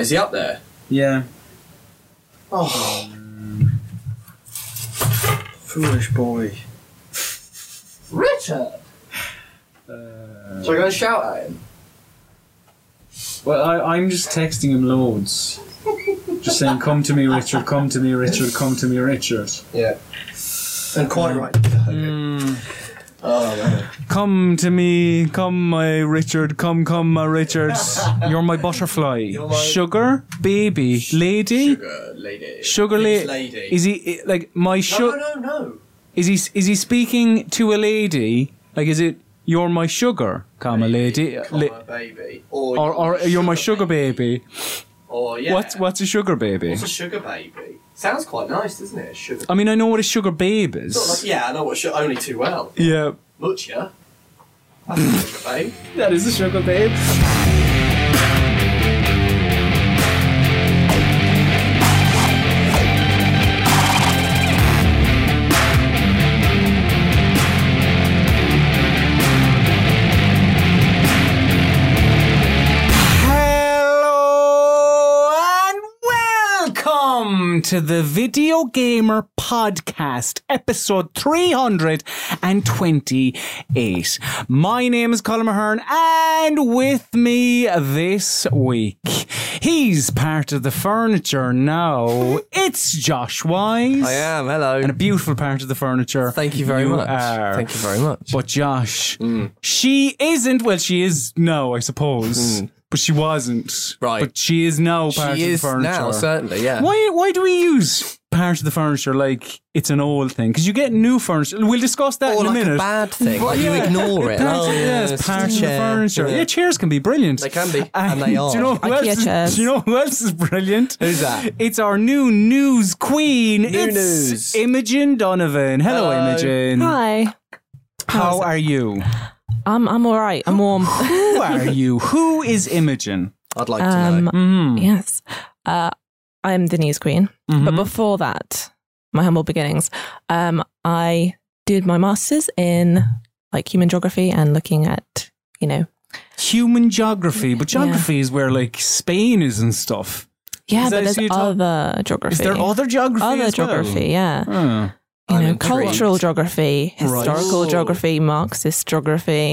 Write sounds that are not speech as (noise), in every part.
Is he up there? Yeah. Oh. Um, foolish boy. Richard! Uh, Shall I go and shout at him? well, I, I'm just texting him loads. Just saying, come to me, Richard, come to me, Richard, come to me, Richard. And quite right. Mm. Oh, man. Hmm. Come to me, come my Richard, come, come my Richard. You're my butterfly. You're my- Sugar, baby, lady. Sugar lady. Sugar Big la- lady. Is he like my no, sugar? no, no, no. Is he is he speaking to a lady? Like, is it you're my sugar, comma lady, uh, Come li- on, baby. Or, or or you're my sugar baby? Or, yeah. What's what's a sugar baby? What's a sugar baby? Sounds quite nice, doesn't it? A Sugar. I mean, I know what a sugar babe It's not like, is. yeah, I know what sugar only too well. Yeah, (laughs) Butcher. That's a sugar babe. that is a sugar babe. Hello and welcome to the Video Gamer Podcast, episode 328. My name is Colin Mahern, and with me this week, he's part of the furniture now. It's Josh Wise. I am. Hello. And a beautiful part of the furniture. Thank you very much. are. Thank you very much. But Josh, she isn't. Well, she is now, I suppose. But she wasn't. Right. But she is now part she of the is furniture. now certainly. Yeah. why, why do we use part of the furniture like it's an old thing? Because you get new furniture. We'll discuss that Or in a Oh, like minute. a bad thing. Well, Like you yeah. ignore it. Part oh, of, yeah, it's it's just a part of the chair. furniture. Yeah. Yeah. chairs can be brilliant. They can be, (laughs) and they are. Do you know who Ikea else? Is, chairs. do you know who else is brilliant? Who's that? It's our new news queen. it's news. Imogen Donovan. Hello, Hello. Imogen. Hi. How are you? I'm I'm all right. I'm (gasps) warm. Who are you? Who is Imogen? I'd like to know. Um, Mm. yes. Uh, I'm the news queen. But Mhm. before that, my humble beginnings. Um, I did my masters in like human geography and looking at you know Human geography, but geography is where like Spain is and stuff. yeah, Is that- but there's so you tell- other geography. Is there other geography? Other as well? geography? Yeah. Huh. You I'm know, intrigued. cultural geography, Right. historical Ooh. geography, Marxist geography,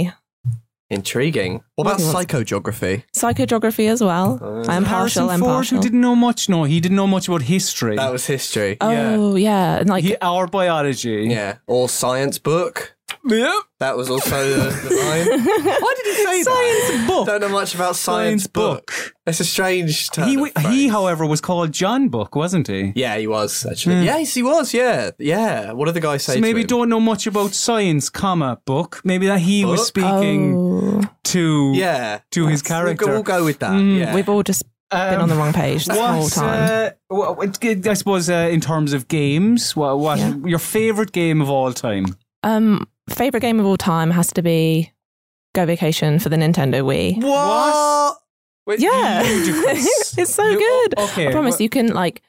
Intriguing. What about psychogeography? psychogeography as well. Uh, Harrison I'm partial. I'm Ford, partial. who didn't know much. No, he didn't know much about history. That was history. Uh, oh yeah, and like He- our biology. yeah. Or science book. Yep. That was also the, (laughs) the line. Why did he say that? Science book. Don't know much about science, Oh. Science book. book. It's a strange term. He, of w- phrase. he, however, was called John Book, wasn't he? Yeah, he was actually. Yes, he was. Yeah, yeah. What did the guy say? Hmm. So to maybe him? don't know much about science, comma book. Maybe that he was Book? speaking oh, to Yeah. to his We'll go, character. Hmm. we'll go with that. yeah. we've all just been on the wrong page this whole What, time. uh, wha- what- I suppose, uh, in terms of games, what, what Yeah. your favorite game of all time? Um, favorite game of all time has to be Go Vacation for the Nintendo Wii. What? Wait, Yeah, (laughs) ludicrous. it's so You- oh, good. Okay, I promise wha- you can like.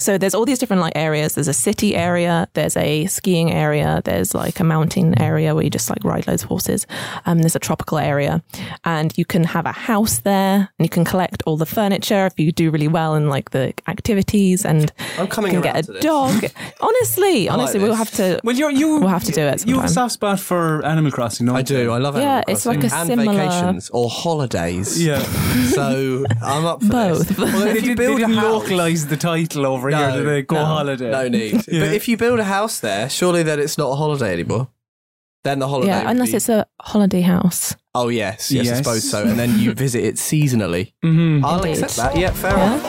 So there's all these different like areas. There's a city area. There's a skiing area. There's like a mountain area where you just like ride loads of horses. Um, there's a tropical area, and you can have a house there, and you can collect all the furniture if you do really well in like the activities, and I'm coming you can around get to a this. (laughs) dog. honestly, honestly, we'll this. have to. Well, you're, you We'll have to do it You have a sometime. soft spot for Animal Crossing, don't I you? do. I love Yeah, Animal it's Crossing. like a and similar- vacations or holidays. (laughs) Yeah. So I'm up for This. Both. Well, they, if you did, they build a didn't house, localize the title over here. No, Did they go no, holiday? no need. But (laughs) if you build a house there, surely then it's not a holiday anymore. Then the holiday. Yeah, would unless be- it's a holiday house. Oh yes, yes, Yes. I suppose so. And then you visit it seasonally. Mhm. I'll Indeed. accept that. Yeah, fair Yeah. enough.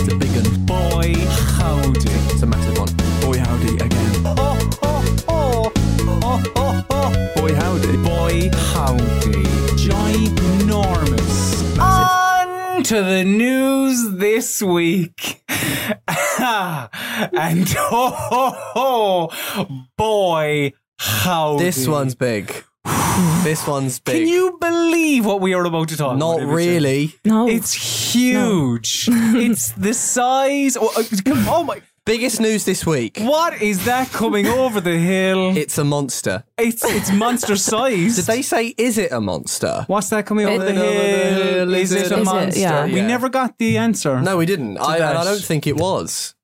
It's a big one. Boy, howdy. It's a massive one. Boy, howdy again. Boy, howdy. Boy, howdy. Ginormous. On to the news this week. (laughs) and (laughs) oh, boy, howdy. This one's big. (sighs) this one's big. Can you believe what we are about to talk about? Not Imogen? really. No, (laughs) It's huge. it's the size. Oh, uh, come- oh my. Biggest news this week. What is that coming over the hill? It's a monster. It's it's (laughs) monster Did size. they say is it a monster? What's that coming over the It- hill? Is it Is a it? monster? Yeah. We never got the answer. No, we didn't. I, that. and I don't think it was.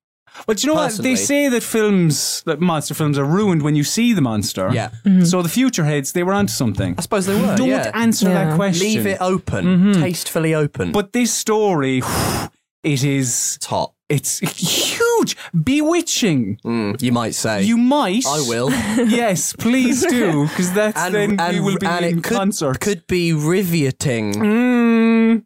But you know what? They Personally. say that films, that monster films, are ruined when you see the monster. Yeah. So the future heads, they were onto something. I suppose they were. Don't yeah. answer that Yeah. question. Leave it open, tastefully open. Mm-hmm. But this story, (sighs) it is, it's hot. it's huge, bewitching. Mm, you might say. You might. I (laughs) will. Yes, please do, because that's then we will be (laughs) and in it could, concert. could be riveting. Mm.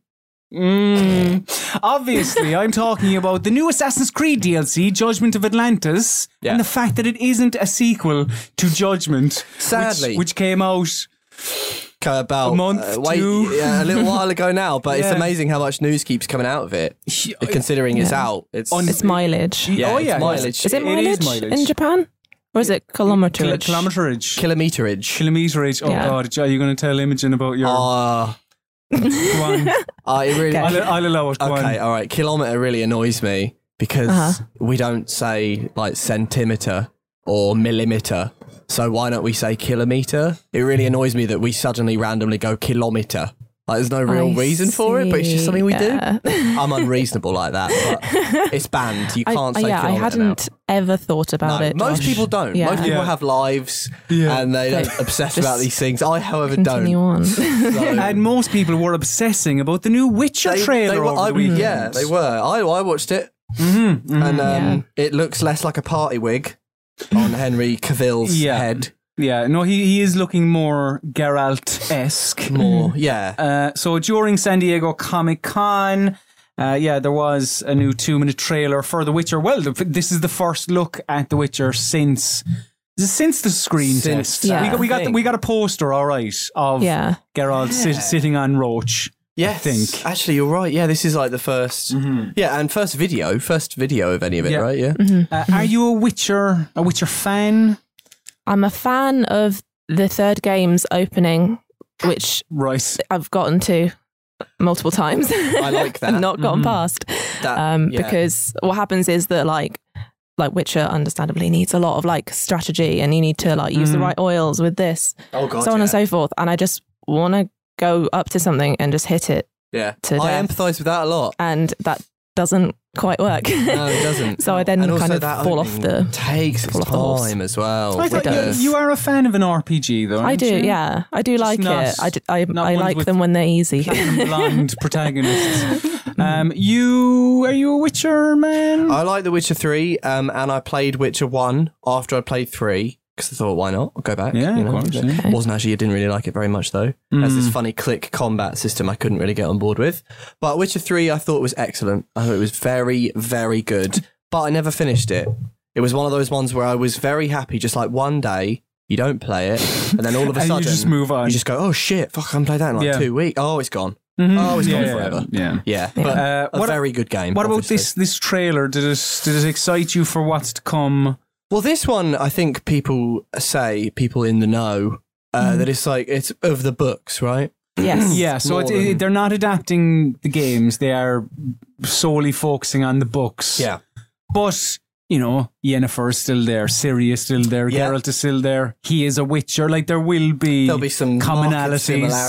Mm. Obviously, I'm talking about the new Assassin's Creed DLC, Judgment of Atlantis, Yeah. and the fact that it isn't a sequel to Judgment, which- Sadly. which, came out. About A month, uh, wait, two. yeah, a little while ago now, but it's (laughs) Yeah. amazing how much news keeps coming out of it. uh, Considering it's out, it's It's mileage. Yeah, oh it's yeah, mileage. Is it mileage, It is mileage. in Japan? Or is it Kil- kilometerage? kilometerage. kilometerage. Kilometerage. Oh Yeah. god, are you going to tell Imogen about your? Ah, Go on. ah, it really. (laughs) I'll, I'll allow it. Go on. Okay, all right. Kilometer really annoys me because Uh-huh. we don't say like centimeter or millimeter. So why don't we say kilometer? It Mm-hmm. really annoys me that we suddenly randomly go kilometer. Like there's no real I reason for it, but it's just see, something we yeah. do. I'm unreasonable like that. (laughs) But it's banned. You I- can't I- say yeah, I kilometer now. hadn't ever thought about No, it. most Josh. people don't. Yeah. Most people Yeah. have lives Yeah. and they don't They obsess just about these things. I, however, continue don't. (laughs) (laughs) on. So- And most people were obsessing about the new Witcher trailer were- over I, the weekend. Yeah, they were. I, I watched it, and um, it looks less like a party wig on Henry Cavill's Yeah. head. Yeah, no, he, he is looking more Geralt esque. Mm-hmm. More, yeah. Uh, so during San Diego Comic Con, uh, yeah, there was a new two minute trailer for The Witcher. Well, the, this is the first look at The Witcher since. is it Since the screen Since test, Yeah. we got we got, the, thing. we got a poster, all right, of Yeah. Geralt sit, sitting on Roach. yes, think. actually, you're right. Yeah, this is like the 1st Yeah, and first video, first video of any of it, Yeah. right? Mm-hmm. Yeah. Mm-hmm. Uh, Are you a Witcher a Witcher fan? I'm a fan of the third game's opening, which Right, I've gotten to multiple times. I (laughs) like that. I've not gotten past. That- um, yeah. Because what happens is that, like, like Witcher understandably needs a lot of like strategy and you need to like use the right oils with this, Oh god. so on yeah. and so forth. And I just want to go up to something and just hit it. yeah. to I death. empathise with that a lot. And that doesn't quite work. No, (laughs) it doesn't. So I then and also kind of that fall off opening the- takes its fall off the horse. time as well. I thought does. you, you are a fan of an RPG, though. I aren't do, you? yeah. I do like not- it. I, d- I, not I ones like with them when (laughs) they're easy. (laughs) platinum blonde protagonists. Mm-hmm. Um, you are you a Witcher man? I like The Witcher 3, um, and I played Witcher 1 after I played 3, because I thought, why not? I'll go back. Yeah, you of know? course, yeah. Mm. Okay. Wasn't actually, I didn't really like it very much, though. Has this funny click combat system I couldn't really get on board with. But Witcher 3, I thought was excellent. I thought it was very, very good, but I never finished it. It was one of those ones where I was very happy, just like one day. You don't play it, and then all of a (laughs) And you sudden just move on. You just go, oh shit, fuck, I haven't played that in like Yeah. two weeks. Oh, it's gone. Mhm. Oh, it's yeah, gone yeah, forever. Yeah. Yeah, but Uh, a what- very good game. What about obviously. this this trailer? Did it did it excite you for what's to come? Well, this one, I think people say, people in the know, uh, that it's like, it's of the books, right? yes. Yeah, so it, More than- it- they're not adapting the games; they are solely focusing on the books. but you know, Yennefer is still there, Ciri is still there, Yeah. Geralt is still there. He is a Witcher. Like there will be There'll be some commonalities, commonalities.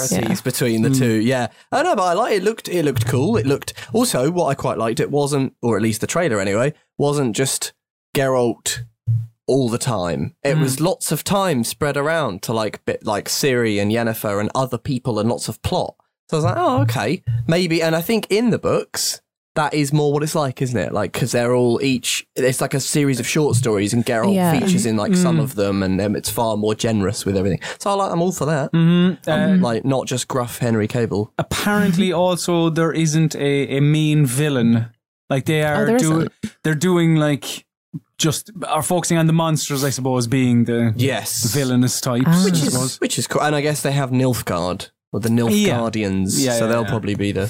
similarities between the two. Yeah, I know, but I like it. Looked, it looked cool. It looked also what I quite liked. It wasn't, or at least the trailer anyway, wasn't just Geralt all the time. It was Mm. lots of time spread around to like bit like Ciri and Yennefer and other people and lots of plot. So I was like, oh, okay, maybe. And I think in the books. That is more what it's like, isn't it? Like, because they're all each, it's like a series of short stories, and Geralt Yeah. features in like Mm. some of them, and um, it's far more generous with everything. So I like, I'm all for that. Mhm. Uh, Um, like not just gruff Henry Cable. (laughs) apparently also there isn't a, a main villain. Like they Oh, are there doing isn't. they're doing like just are focusing on the monsters, I suppose, being the Yes, villainous types. I Ah. which suppose. is which is cool. And I guess they have Nilfgaard or the Yeah. Nilfgaardians, Yeah, so yeah, they'll yeah. probably be the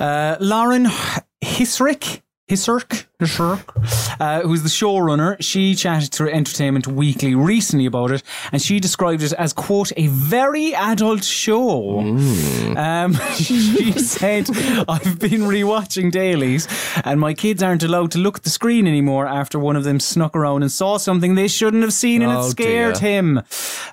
Uh Lauren H- Hisrick. Hisrick. Shirk, uh, who's the showrunner, she chatted to Entertainment Weekly recently about it, and she described it as, quote, a very adult show. Mm. Um, (laughs) she said, I've been rewatching dailies, and my kids aren't allowed to look at the screen anymore after one of them snuck around and saw something they shouldn't have seen, and Oh, it scared dear. him.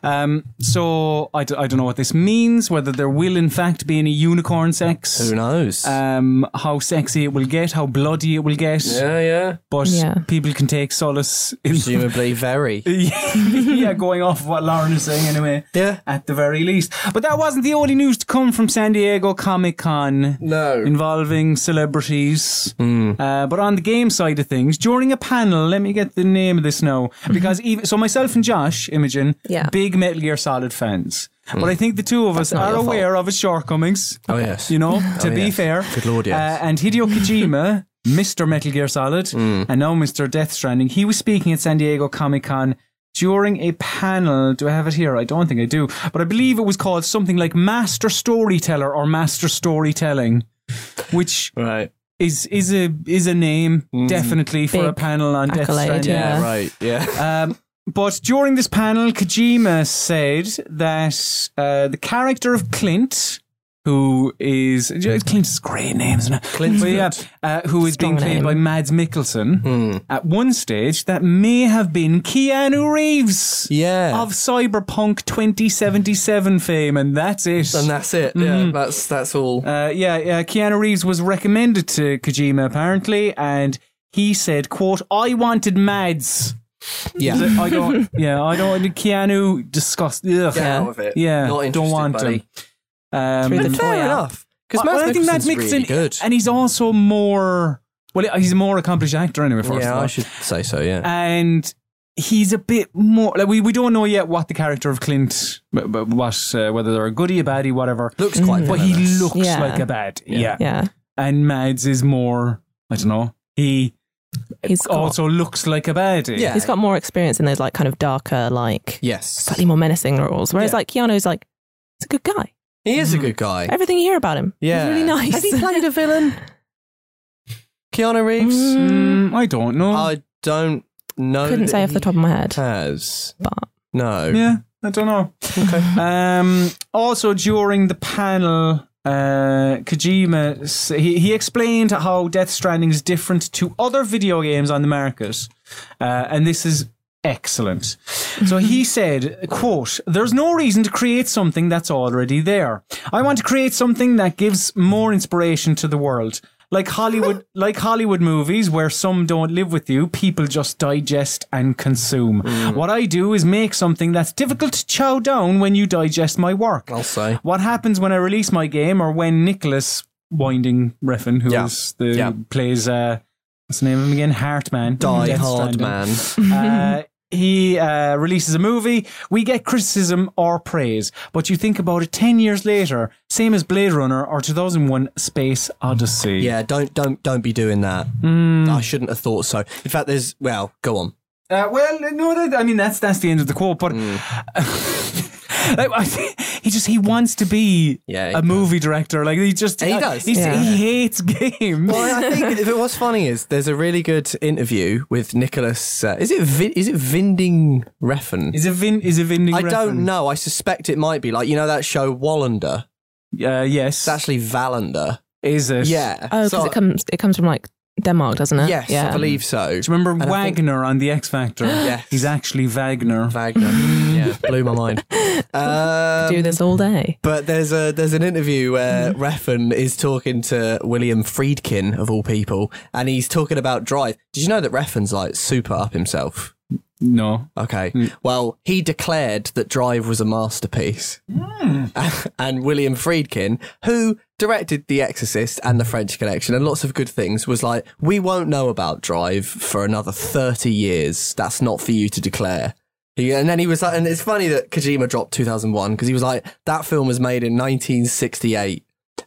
Um, so I, d- I don't know what this means, whether there will, in fact, be any unicorn sex Who knows? um, how sexy it will get, how bloody it will get. yeah, yeah. But Yeah. people can take solace (laughs) in Presumably very. (laughs) yeah, going off of what Lauren is saying anyway. Yeah. At the very least. But that wasn't the only news to come from San Diego Comic Con. No. Hmm. Involving celebrities. Uh, but on the game side of things, during a panel, let me get the name of this now. Mm-hmm. Because even so, myself and Josh, Imogen, Yeah. big Metal Gear Solid fans. But I think the two of us not are your fault. aware of its shortcomings. Oh, yes. (laughs) You know, to be yes. fair. Good Lord, yes. Uh, and Hideo (laughs) Kojima, Mr. Metal Gear Solid, Mm. and now Mr. Death Stranding, he was speaking at San Diego Comic Con during a panel. Do I have it here? I don't think I do. But I believe it was called something like Master Storyteller or Master Storytelling. Which Right. Mm-hmm. is is a is a name definitely for a Big panel on Death accolade, Stranding. yeah. Yeah, right. (laughs) Yeah. Um, but during this panel, Kojima said that uh, the character of Clint, who is Clint's a great name, isn't it? Clint, yeah, uh, who is being Strong played name. by Mads Mikkelsen. Hmm. At one stage, that may have been Keanu Reeves. Yeah. Of Cyberpunk 2077 fame, and that's it. and that's it. Yeah. That's that's all. Uh, yeah, yeah, Keanu Reeves was recommended to Kojima apparently, and he said, "quote I wanted Mads." Yeah. So I don't. Yeah, I don't. Keanu disgust. Ugh. Get out of it. Yeah, Not don't interested, want buddy. him. Um, Through but the door. Fair Well, enough. Because well, I think Mads really Mikkelsen, good. and he's also more. Well, he's a more accomplished actor anyway. First yeah, of all, I should say so. Yeah. and he's a bit more. Like we, we don't know yet what the character of Clint, but, but what uh, whether they're a goodie, a baddie, whatever. Looks quite. But Mm. he villainous. looks Yeah. like a bad. yeah. Yeah. and Mads is more I don't know. He He's got, also looks like a baddie. Yeah. he's got more experience in those like kind of darker, like Yes. slightly more menacing roles. Whereas like Keanu's like, he's a good guy. He is a good guy. Everything you hear about him, Yeah. yeah, he's really nice. Has he played a villain? Keanu Reeves? Mm, I don't know. I don't know. (laughs) Couldn't that say off he the top of my head, Uh, Has. but No. yeah, I don't know. Okay. Um, also during the panel, uh, Kojima s- he, he explained how Death Stranding is different to other video games on the market, uh, and this is excellent. So he said, "quote There's no reason to create something that's already there. I want to create something that gives more inspiration to the world." (laughs) Like Hollywood, like Hollywood movies where some don't live with you, people just digest and consume. Mm. What I do is make something that's difficult to chow down when you digest my work. I'll say. What happens when I release my game or when Nicholas Winding Refn, who is Yeah. the Yeah. plays uh what's the name of him again? Hartman. Die Death Hard Stranding. Man. (laughs) (laughs) Uh, he uh, releases a movie. We get criticism or praise, but you think about it ten years later, same as Blade Runner or 2001: Space Odyssey. Yeah, don't don't don't be doing that. I shouldn't have thought so. In fact, there's well, go on. Uh, well, no, that, I mean that's that's the end of the quote, but. Mm. (laughs) Like, I think he just he wants to be Yeah, he a does. movie director. Like he just uh, He does. he's- Yeah. He hates games. Well, I think (laughs) if it was funny is there's a really good interview with Nicholas. Uh, is it Vin, is it Vinding Refn? (laughs) Is it Vin? Is it Vinding? I Refn? don't know. I suspect it might be like you know that show Wallander. Uh, yes, It's actually Valander. is it? Yeah. oh, because So- it comes it comes from like Denmark, doesn't it? Yes, I believe so. Do you remember And I think- Wagner on the X (gasps) Factor? Yes. he's actually Wagner. Wagner. (laughs) yeah, (laughs) blew my mind. Um, do this all day. But there's a there's an interview where Mm-hmm. Refn is talking to William Friedkin of all people, and he's talking about Drive. Did you know that Refn's like super up himself? no, Okay, Mm. well he declared that Drive was a masterpiece, and William Friedkin, who directed The Exorcist and The French Connection and lots of good things, was like, we won't know about Drive for another thirty years. That's not for you to declare. He, and then he was like, and it's funny that Kojima dropped 2001 because he was like, that film was made in 1968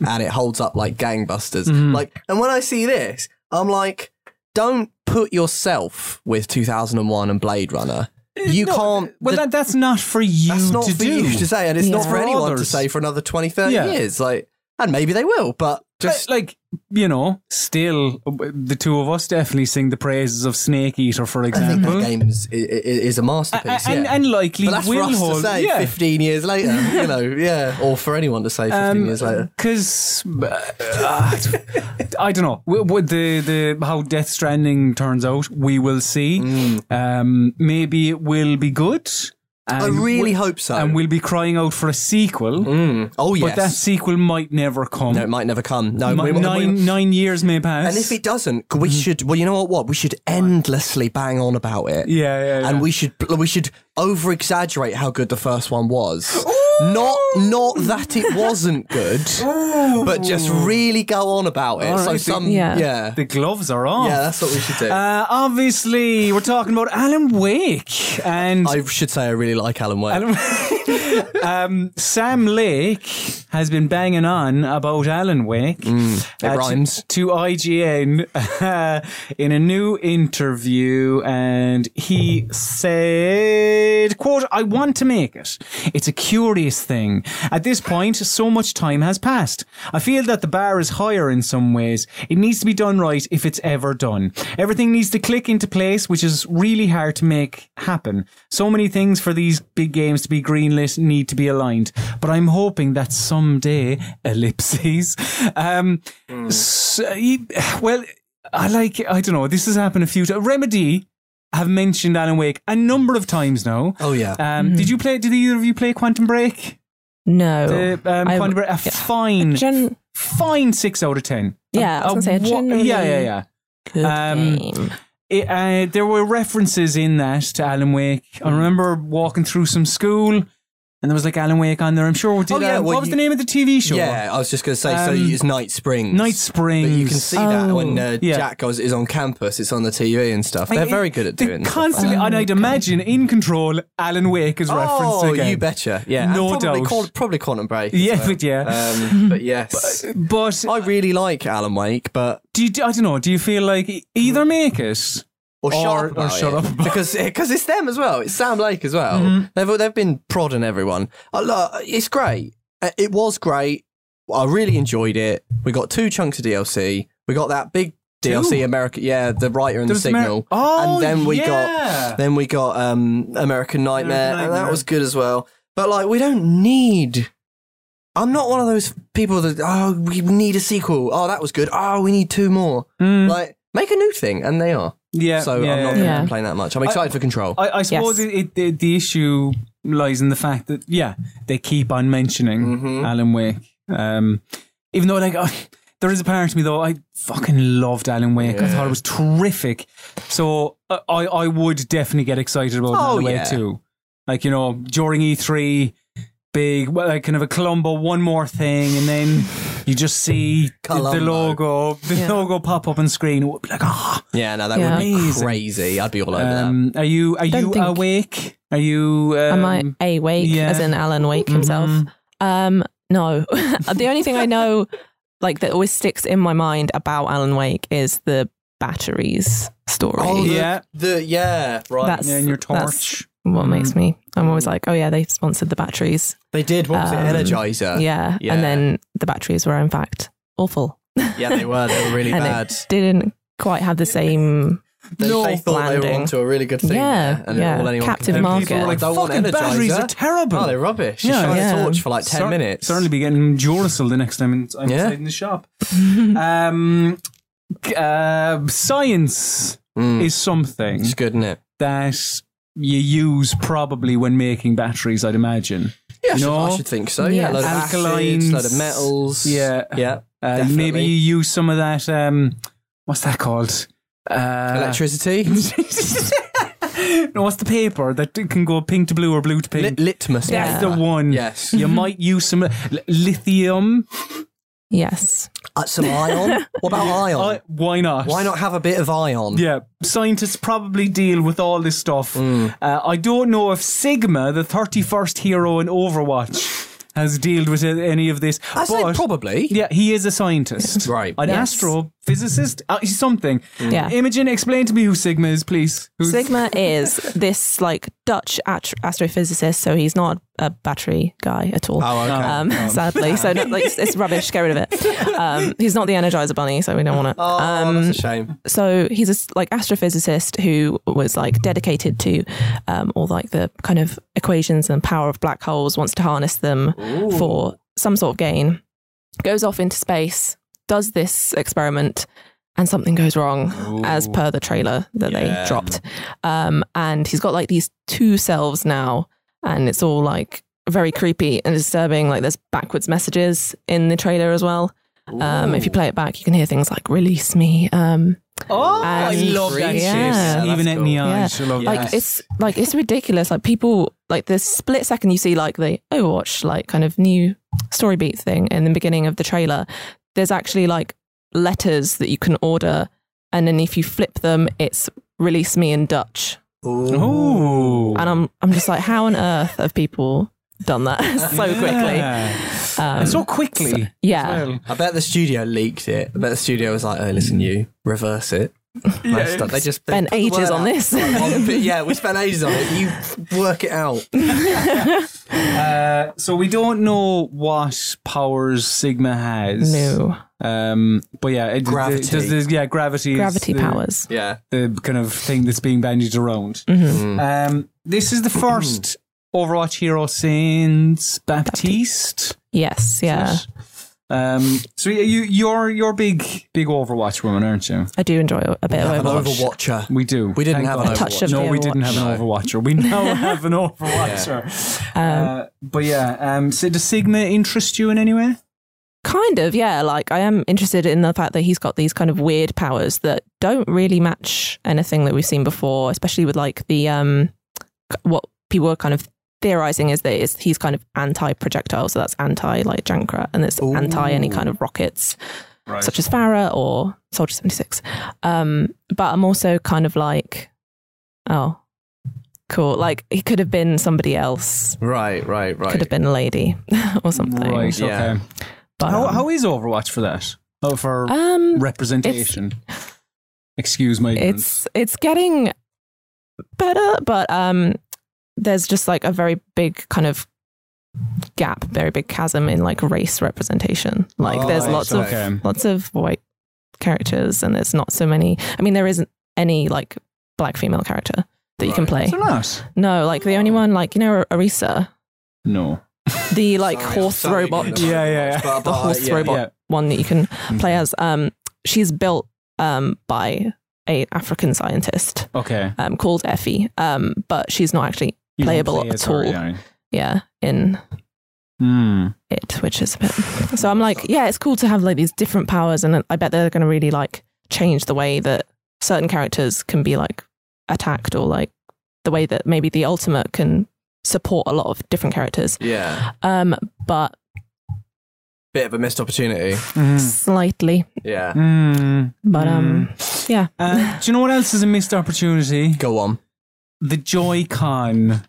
and it holds up like gangbusters. Like, and when I see this, I'm like, don't put yourself with 2001 and Blade Runner. You can't. well th- that, that's not for you that's not to for do. you to say, and it's Yeah. not for For anyone to others. say for another 20, 30 Yeah. years. Like, and maybe they will, but Just like you know, still the two of us definitely sing the praises of Snake Eater, for the example, game is, i- i- is a A- masterpiece. and, yeah. and likely Uh-huh. but that's for will us hold. to say yeah. 15 years later, you (laughs) know, yeah, or for anyone to say 15 Um, years later. Because uh, I don't know W- w- the the how Death Stranding turns out. We will see. Mm. Um, maybe it will be good. I and really we- hope so. And we'll be crying out for a sequel, oh yes, but that sequel might never come. no, it might never come. No, Mi- we- we- nine nine years may pass. and if it doesn't, we Mm-hmm. should. Well, you know what? What we should endlessly bang on about it. yeah, yeah, yeah. and we should we should over exaggerate how good the first one was. Not not that it wasn't good, but just really go on about it. so Alright, some yeah. yeah. yeah. the gloves are off. that's what we should do. Uh, obviously, we're talking about Alan Wake and I should say I really like Alan Wake. (laughs) Um, Sam Lake has been banging on about Alan Wake Mm, Uh, it to- rhymes. to, IGN uh, in a new interview, and he said, "quote I want to make it. It's a curious thing. At this point, so much time has passed. I feel that the bar is higher in some ways. It needs to be done right if it's ever done. Everything needs to click into place, which is really hard to make happen. So many things for these big games to be greenlit need to be aligned. But I'm hoping that someday, ellipses. Um, s- he- (sighs) well, I like, I don't know, this has happened a few times. Remedy have mentioned Alan Wake a number of times now. oh yeah, Um, Did you play? Did either of you play Quantum Break? No. Oh. The, um, I- Quantum Break, a fine, Gen- fine six out of ten. yeah, I A was going to say a wa- generally yeah, yeah, yeah. good Um, game. It, uh, there were references in that to Alan Wake. I Hmm. remember walking through some school, and there was like Alan Wake on there. I'm sure. Did, Oh, yeah, uh, well, what was you- the name of the TV show? yeah. I was just gonna say. so Um, it's Night Springs. Night Springs. But you can see that Oh, when uh, yeah. Jack goes is on campus. It's on the TV and stuff. They're Like, very it- good at they doing. stuff like constantly, and I'd imagine in control. Alan Wake is that. referenced Oh, again. you betcha. Yeah, and No probably, doubt. Quan- probably Quantum Break. as (laughs) Yeah, well. but yeah, (laughs) Um, but yes, but I really like Alan Wake, but do you, I don't know. Do you feel like e- either make it? or shut Or- up, about or shut it. up about Mm-hmm. because because it's them as well. It's Sam Lake as well. They've they've been prodding everyone. I lo- it's great. Uh, It was great. I really enjoyed it. We got two chunks of DLC. We got that big DLC America, yeah, the writer and the There's Amer- signal, Oh, and then we yeah. got then we got um, American Nightmare, and that Nightmare. was good as well. But like, we don't need. I'm not one of those people that oh we need a sequel. Oh, that was good. Oh, we need two more. Mm. Like, make a new thing, and they are. Yeah. So yeah, I'm not yeah. going to yeah. complain that much. I'm excited for Control. I, I suppose Yes. it, it, the, the issue lies in the fact that yeah, they keep on mentioning Mm-hmm. Alan Wake. Um, even though like (laughs) oh, there is a part of me though, I fucking loved Alan Wake. I thought it was terrific. So uh, I I would definitely get excited about Oh, Alan yeah. Wake too. Like you know during E3. Big, well, like kind of a Columbo, one more thing, and then you just see the, the (laughs) Columbo. logo, the logo pop up on screen. It would be like, ah, yeah, no, that Yeah. would be Amazing. crazy. I'd be all over Um, are you are Don't you think- awake? Are you? Um, Am I awake, yeah. Mm-hmm. as in Alan Wake himself? Um, no. (laughs) the only thing I know, like that always sticks in my mind about Alan Wake is the batteries that. story. the- Oh, yeah. the, yeah, right. That's- Yeah, in your that's- torch. Mm-hmm. What makes me? I'm always like, oh yeah, they sponsored the batteries. they did. What was um, it? Uh, Energizer. yeah. yeah. and then the batteries were in fact awful. Yeah, they were. They were really and bad. it didn't quite have (laughs) the same. They, No. they thought they were Landing. onto a really good thing. Yeah, there, and yeah. all anyone can Captive do. And market. people were like, They want fucking batteries Energizer. are terrible. Oh, they're rubbish. She Yeah. shone Yeah. a torch for like ten Cer- minutes. Certainly be getting Duracell the next time in- I'm Yeah. inside in the (laughs) shop. um, c- uh, science Mm. is something it's good, isn't it? that you use probably when making batteries, I'd imagine. Yeah, I should- No. I should think so. Yeah, a Yeah. load of acids, Alkalines. load of metals. Yeah. yeah. Uh, definitely. maybe you use some of that. Um, what's that called? Uh, (laughs) Electricity, no, what's the paper that can go pink to blue or blue to pink? Lit- litmus. That's paper. the one. Yes. You might use some li- lithium. Yes. Uh, some ion. What (laughs) about ion? Uh, why not? Oh. Why not have a bit of ion? Yeah, scientists probably deal with all this stuff. Mm. Uh, I don't know if Sigma, the 31st hero in Overwatch, has dealt with any of this. I say but- probably. Yeah, he is a scientist. Right. An Yes. astro physicist? Uh, he's something. Yeah. Imogen, explain to me who Sigma is, please. Who's, Sigma is this like Dutch at- astrophysicist, so he's not a battery guy at all. Oh, okay. Um, sadly, so no, like, it's, it's rubbish. Get rid of it. Um, he's not the Energizer Bunny, so we don't want it. Oh, um, that's a shame. so he's a s like astrophysicist who was like dedicated to um, all like the kind of equations and power of black holes wants to harness them for some sort of gain goes off into space does this experiment and something goes wrong as per the trailer that Yeah. they dropped um, and he's got like these two selves now and it's all like very creepy and disturbing like there's backwards messages in the trailer as well um, if you play it back you can hear things like release me um, Oh, I And- love that Yeah. shit. Yeah, Even that's at me cool. eyes. I love like that. it's like it's ridiculous like people like the split second you see like the overwatch like kind of new story beat thing in the beginning of the trailer there's actually like letters that you can order and then if you flip them it's release me in dutch Ooh. and i'm i'm just like how on earth have people done that (laughs) so Yeah. quickly um, And so quickly. yeah I bet the studio leaked it. I bet the studio was like, "Oh, listen, you reverse it." (laughs) Nice stuff. They just they Spent put the ages word on out. this. Like, but yeah, we spent ages on it. You work it out. Uh, so we don't know what powers Sigma has. no Um, but yeah, it, Gravity. does this- yeah, gravity. is gravity the- powers Mm-hmm. Yeah. The kind of thing that's being bandied around. Um, this is the first Overwatch hero since Baptiste. yes yeah Um, so yeah, you you're you're big big Overwatch woman, aren't you? i do enjoy a bit Have an of overwatch overwatcher. We do. We didn't Thank have an God. A touch of no, the we didn't have an Overwatcher. We now have an Overwatcher. Um, Uh, but yeah, um, so does Sigma interest you in any way? Kind of, yeah. Like I am interested in the fact that he's got these kind of weird powers that don't really match anything that we've seen before, especially with like the um c- what people are kind of theorizing is that it's, he's kind of anti-projectile, so that's anti like Jankra, and it's anti any kind of rockets, such as Farah or Soldier Seventy Six. Um, but I'm also kind of like, oh, cool. Like he could have been somebody else. Right, right, right. Could have been a lady (laughs) or something. Right. Yeah. Okay. But, how, um, how is Overwatch for that? Oh, for um, representation. Excuse my ignorance. it's it's getting better but um there's just like a very big kind of gap very big chasm in like race representation like Oh, there's right, lots of okay. lots of white characters and there's not so many i mean there isn't any like black female character that you can play So not. no like the only one like you know arisa No. the like Sorry, I'm horse sorry, robot Green Yeah, yeah, (laughs) But- yeah. the but, (laughs) horse yeah, robot yeah. one that you can Mm-hmm. play as um she's built um by a african scientist Okay. um, called Effie, um, but she's not actually You can Playable play at as all. Ariane. yeah in Hmm. it, which is (laughs) a bit. So I'm like, yeah, it's cool to have like these different powers, and I bet they're going to really like change the way that certain characters can be like attacked, or like the way that maybe the Ultimate can support a lot of different characters. Yeah. Um, but Bit of a missed opportunity. slightly, Yeah. Hmm. but um, yeah, Uh, do you know what else is a missed (laughs) opportunity? Go on. The Joy-Con.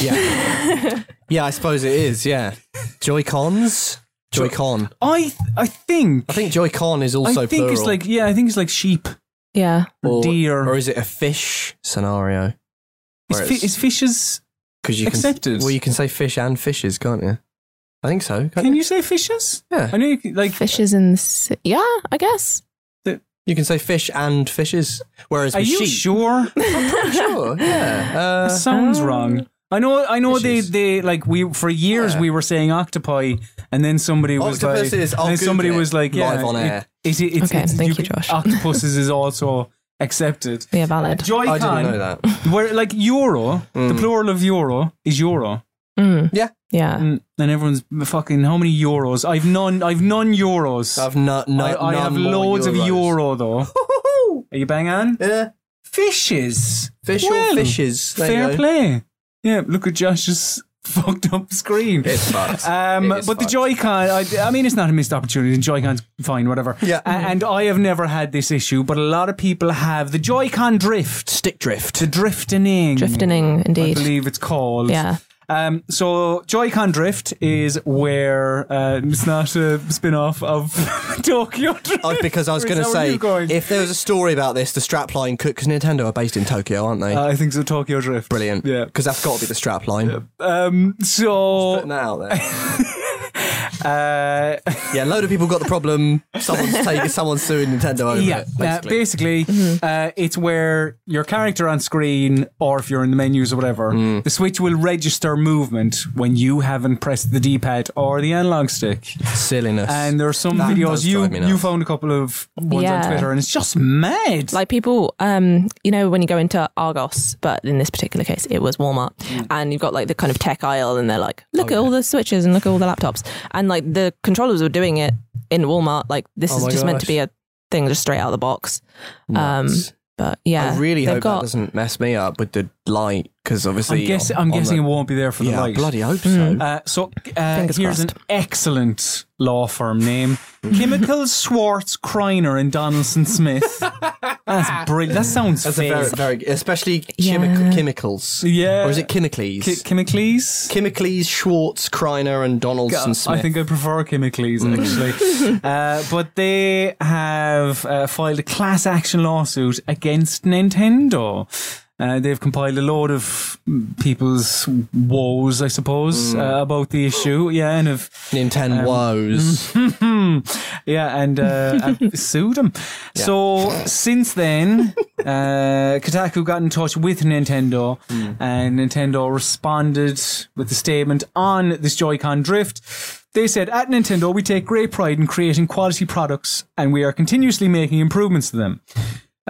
Yeah. (laughs) yeah, I suppose it is. Yeah. Joy Cons? Joy Con. I th- I think I think Joy Con is also I think it's plural. like yeah, I think it's like sheep yeah, or, Or- deer. Or is it a fish scenario? is, where fi- it's- is fishes? Because you Accepted. can. Well, you can say fish and fishes, can't you? I think so. Can't Can you say fishes? Yeah. I know you can, like. fishes in the sea. Yeah, I guess. You can say fish and fishes. Whereas Are with you sheep, sure? (laughs) sure, (laughs) yeah. That Uh, sounds wrong. I know. I know. They, Fishes. they like we for years Yeah. we were saying octopi, and then somebody was Octopus like, is- I'll and then Google somebody it was like, yeah, live on it- air. it- it- it's- Okay, it's- thank you, can- Josh. Octopuses is also accepted. Yeah, valid. I Joy-Con, didn't know that. (laughs) Mm. where like euro, the plural of euro is euro, Mm. Yeah. yeah. and and everyone's fucking how many euros? I've none. I've none euros. I've not. No, I, I none have more loads of Euros. euro though. Are you bang on? Yeah, Fishes. fish Well, or fishes. There you Fair go. play. Yeah, look at Josh's (laughs) fucked up screen. It's fucked. Um, It is but the fucked. Joy-Con, I, I mean, it's not a missed opportunity. The Joy-Con's fine, whatever. Yeah. A- and I have never had this issue, but a lot of people have. The Joy-Con drift, stick drift. (laughs) the drifting in. Drifting, I indeed. believe it's called. Yeah. Um, so Joy-Con Drift is where uh, it's not a spin-off of (laughs) Tokyo Drift. Oh, because I was Is going to that where say, you're going? if there was a story about this, the strapline could, because Nintendo are based in Tokyo, aren't they? Uh, I think so. Tokyo Drift. Brilliant. Yeah. Because that's got to be the strapline. Um. So. Putting that out there. Uh, yeah, a load of people got the problem. Someone's (laughs) taking, someone's suing Nintendo over yeah, it. uh, Basically. basically, Mm-hmm. uh, it's where your character on screen, or if you're in the menus or whatever, Mm. the Switch will register movement when you haven't pressed the D-pad or the analog stick. Silliness. And there are some That videos does you drive me you nuts. found a couple of ones on Yeah. Twitter, and it's just mad. Like people, um, you know, when you go into Argos, but in this particular case, it was Walmart, Mm. and you've got like the kind of tech aisle, and they're like, look Oh, at all the switches and look at all the laptops, and like the controllers were doing it in Walmart. Like this Oh is my just meant to gosh. be a thing, just straight out of the box. Um, Nuts. but yeah, I really they've hope that got doesn't mess me up with the light, because I'm, obviously. guess, on- I'm on guessing the- it won't be there for the yeah, I light. bloody hope so. Uh, so uh, Fingers here's crossed. an excellent law firm name: Chemical Schwartz Kreiner and Donaldson Smith. That's brilliant. That sounds That's a fake. very, very, especially Yeah. chemical, chemicals. Yeah. Or is it Chemicles? Ki- Chemicles? Chemicles, Schwartz, Kreiner, and Donaldson Smith. Mm. I think I prefer (laughs) Chemicles actually, uh, but they have uh, filed a class action lawsuit against Nintendo. Uh, they've compiled a load of people's woes, I Mm. suppose, uh, about the issue. Yeah, and have Nintendo um, (laughs) woes. Hmm. yeah, and uh, and sued them. So since then, uh, Kotaku got in touch with Nintendo, and Nintendo responded with a statement on this Joy-Con drift. They said, "At Nintendo, we take great pride in creating quality products, and we are continuously making improvements to them."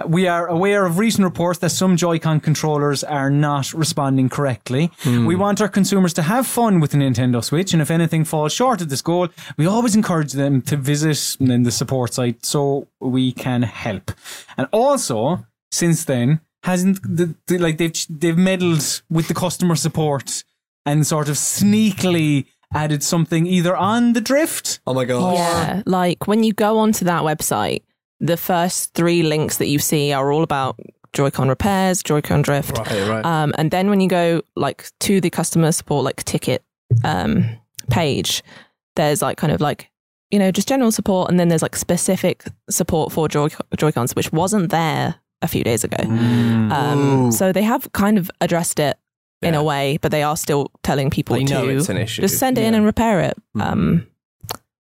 We are aware of recent reports that some Joy-Con controllers are not responding correctly. Hmm. We want our consumers to have fun with the Nintendo Switch, and if anything falls short of this goal, we always encourage them to visit the support site so we can help. And also, since then, hasn't the, the, like they've they've meddled with the customer support and sort of sneakily added something either on the drift Oh my gosh. Yeah, like when you go onto that website, the first three links that you see are all about Joy-Con repairs, Joy-Con drift, Right, right. um, and then when you go like to the customer support like ticket um, page, there's like kind of like you know just general support, and then there's like specific support for Joy- Joy-Cons, which wasn't there a few days ago. Um, Mm. Ooh. so they have kind of addressed it in Yeah. a way, but they are still telling people they to know it's an issue. Mm. just send it in and repair it. Um,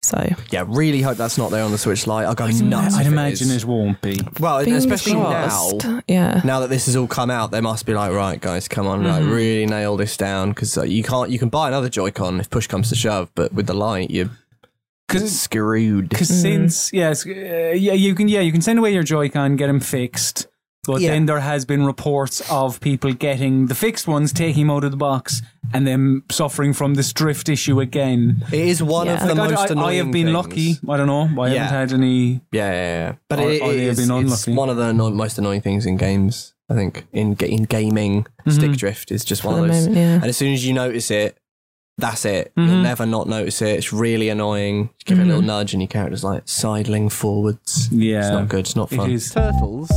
so yeah, really hope that's not there on the Switch Lite. I'll go nuts. I'd if imagine it, it, is. won't be. Well, and Fingers especially crossed. now. Yeah. Now that this has all come out, they must be like, right, guys, come on, like, Mm-hmm. really nail this down because uh, you can't. You can buy another Joy-Con if push comes to shove, but with the light, you're screwed. Because since yes, uh, yeah, you can yeah you can send away your Joy-Con, get them fixed. But Yeah. then there has been reports of people getting the fixed ones, taking them out of the box, and then suffering from this drift issue again. It is one Yeah. of the Like, most I, I- annoying. I have been things. lucky. I don't know. I Yeah. haven't had any. Yeah, yeah, yeah. But Or- it, or it they have is been it's unlucky. one of the anno- most annoying things in games. I think in ga- in gaming, Mm-hmm. stick drift is just one the of those. moment, yeah. And as soon as you notice it, that's it. Mm-hmm. You'll never not notice it. It's really annoying. Just give it a little nudge, and your character's like sidling forwards. Yeah. It's not good. It's not It fun. is. Turtles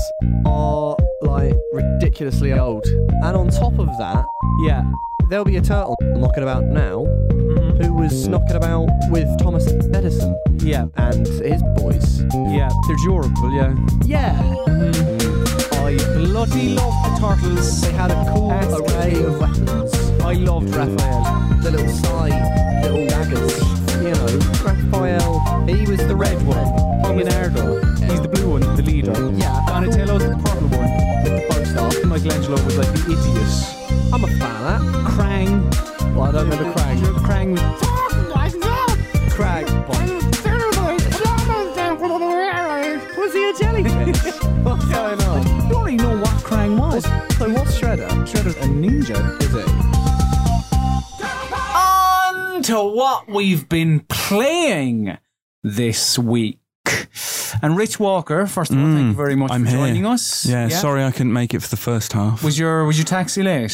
are like ridiculously old, and on top of that, Yeah. there'll be a turtle knocking about now, Mm-hmm. who was knocking about with Thomas Edison Yeah. and his boys. Yeah. They're durable. Yeah. Yeah. I bloody love the turtles. They had a cool That's array of weapons. I loved Raphael. The little side, little daggers. You know, Raphael, he was the red one. Leonardo. He's the blue one, the leader. Yeah. Donatello's the purple one. Both stars. Michelangelo was like the idiot. I'm a fan of that. Krang. Well, I don't remember Crag. Krang was Crag. Was he a jellyfish? (laughs) What's going on? You don't even know what Krang was. So what's Shredder? Shredder's a ninja. Is it? On to what we've been playing this week. And Rich Walker, first of all, thank you very much Mm. I'm for here. joining us. Yeah, sorry I couldn't make it for the first half. Was your was your taxi late?